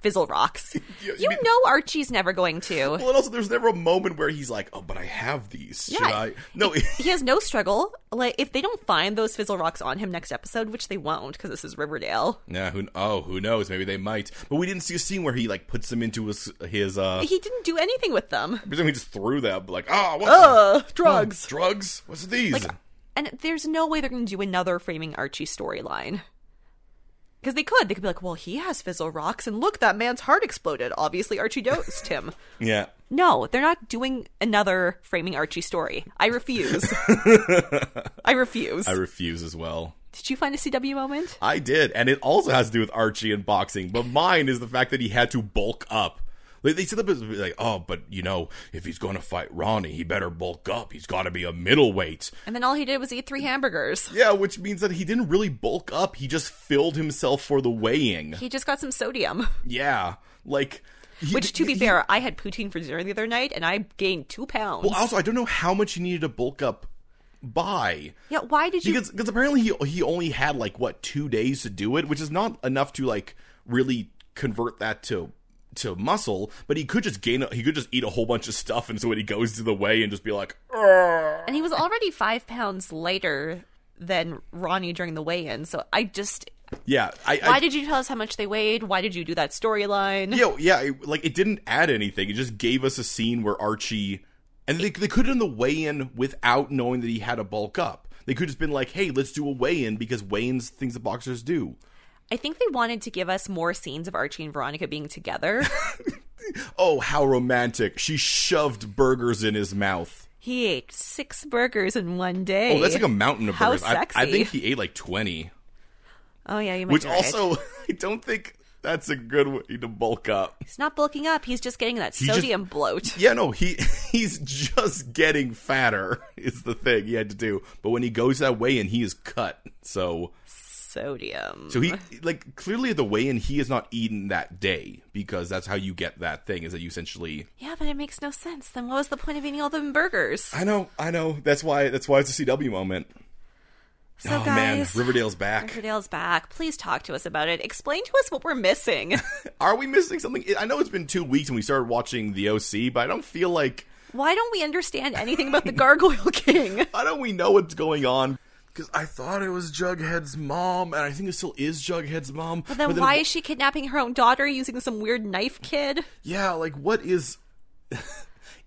B: fizzle rocks.
A: Yeah,
B: You know Archie's never going to.
A: Well, and also, there's never a moment where he's like, "Oh, but I have these. Should
B: Yeah.
A: I?" No, (laughs)
B: He has no struggle. Like if they don't find those fizzle rocks on him next episode, which they won't, because this is Riverdale.
A: yeah. Who? Oh, who knows? Maybe they might. But we didn't see a scene where he like puts them into his his.
B: (laughs)
A: uh
B: He didn't do anything with them.
A: Presumably, just threw them. Like, ah, what? the-
B: Ugh, Uh,
A: (laughs)
B: drugs.
A: Drugs? What's these?
B: And there's no way they're going to do another framing Archie storyline. Because they could. They could be like, well, he has fizzle rocks, and look, that man's heart exploded. Obviously, Archie dosed him.
A: yeah.
B: (laughs) No, they're not doing another framing Archie story.
A: (laughs)
B: I refuse. I refuse.
A: I refuse as well.
B: Did you find a CW moment?
A: I did, and it also has to do with Archie and boxing, but mine is the fact that he had to bulk up. Like, they said that like, oh, but you know, if he's gonna fight Ronnie, he better bulk up. He's gotta be a middleweight.
B: And then all he did was eat three hamburgers.
A: Yeah, which means that he didn't really bulk up. He just filled himself for the weighing.
B: He just got some sodium.
A: Yeah, like. he-
B: Which, to be
A: he-
B: fair, I had poutine for dinner the other night, and I gained two pounds.
A: Well, also, I don't know how much he needed to bulk up by.
B: yeah, why did you
A: because because apparently he he only had like what two days to do it, which is not enough to like really convert that to to muscle. But he could just gain a, he could just eat a whole bunch of stuff, and so when he goes to the weigh and just be like, "Argh."
B: And he was already five pounds lighter than Ronnie during the weigh in. So I just.
A: yeah, I,
B: Why
A: I
B: did you tell us how much they weighed? Why did you do that storyline?
A: yo yeah, it- like it didn't add anything. It just gave us a scene where Archie and they they could have done the weigh in without knowing that he had to bulk up. They could have just been like, hey, let's do a weigh in because weigh ins things that boxers do.
B: I think they wanted to give us more scenes of Archie and Veronica
A: (laughs)
B: being together.
A: Oh, how romantic! She shoved burgers in his mouth.
B: he ate six burgers in one day.
A: Oh, that's like a mountain of
B: How
A: burgers. I- I,
B: sexy.
A: think he ate like 20,
B: Oh, yeah, you might
A: which
B: be right.
A: also (laughs) I don't think that's a good way to bulk up.
B: He's not bulking up, he's just getting that
A: just-
B: sodium bloat.
A: Yeah, no, he (laughs) he's just getting fatter (laughs) is the thing he had to do. But when he goes that way in, he is cut. So
B: Sodium.
A: so
B: (laughs)
A: he like clearly at the weigh in he has not eaten that day because that's how you get that thing is that you essentially
B: yeah, but it makes no sense. Then what was the point of eating all them burgers?
A: I know I know that's why that's why it's a CW moment.
B: So,
A: Oh man,
B: guys,
A: Riverdale's back.
B: Riverdale's back. Please talk to us about it. Explain to us what
A: (laughs)
B: we're missing.
A: Are we missing something? I know it's been two weeks and we started watching The OC, but I don't feel like
B: Why don't we understand anything about the Gargoyle
A: (laughs)
B: King?
A: How don't we know what's going on? Because I thought it was Jughead's mom, and I think it still is Jughead's mom.
B: But then, why is she kidnapping her own daughter using some weird knife kid?
A: Yeah, like what is? (laughs)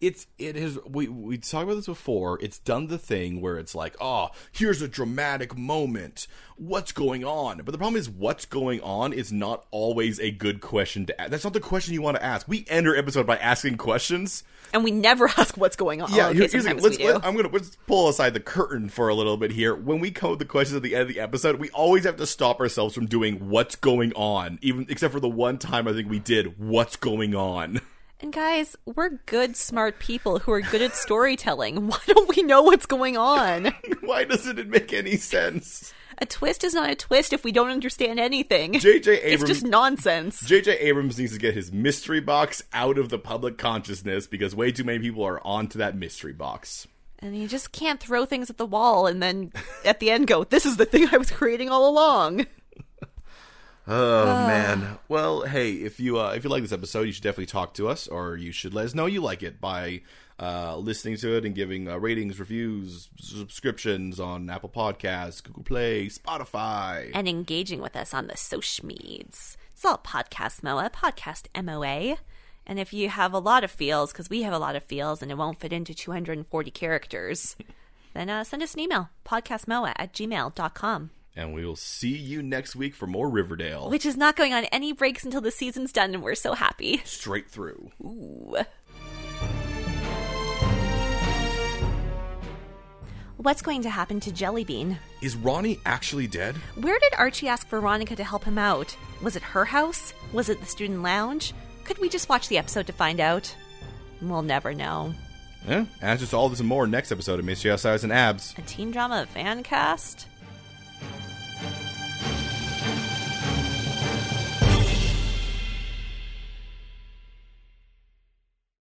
A: it's it is. We we talked about this before. It's done the thing where it's like, oh, here's a dramatic moment. What's going on? But the problem is, what's going on is not always a good question to ask. That's not the question you want to ask. We end our episode by asking questions.
B: And we never (laughs) ask what's going on. Oh,
A: Yeah,
B: okay,
A: here- here's the thing.
B: sometimes
A: let's,
B: we do.
A: let- I'm gonna let's pull aside the curtain for a little bit here. When we come up with the questions at the end of the episode, we always have to stop ourselves from doing what's going on, even except for the one time I think we did what's going on. (laughs)
B: and guys, we're good, smart people who are good (laughs) at storytelling. Why don't we know what's going (laughs) on?
A: Why doesn't it make any sense?
B: A twist is not a twist if we don't understand anything.
A: J.J.
B: it's
A: Abrams.
B: just nonsense.
A: J.J. Abrams needs to get his mystery box out of the public consciousness because way too many people are onto that mystery box.
B: And you just can't throw things at the wall and then at the end go, this is the thing I was creating all along.
A: Oh man. Well, hey, if you uh, if you like this episode, you should definitely talk to us, or you should let us know you like it by uh, listening to it and giving uh, ratings, reviews, subscriptions on Apple Podcasts, Google Play, Spotify.
B: And engaging with us on the social meds. It's all Podcast MOA, Podcast MOA. And if you have a lot of feels, because we have a lot of feels and it won't fit into 240 characters, (laughs) then uh, send us an email, podcastmoa at gmail.com.
A: And we will see you next week for more Riverdale,
B: which is not going on any breaks until the season's done, and we're so happy.
A: straight through.
B: Ooh. What's going to happen to Jellybean?
A: Is Ronnie actually dead?
B: Where did Archie ask Veronica to help him out? Was it her house? Was it the student lounge? Could we just watch the episode to find out? We'll never know.
A: Yeah. And that's just all this and more next episode of Mystery Outsiders and Abs.
B: A teen drama fan cast?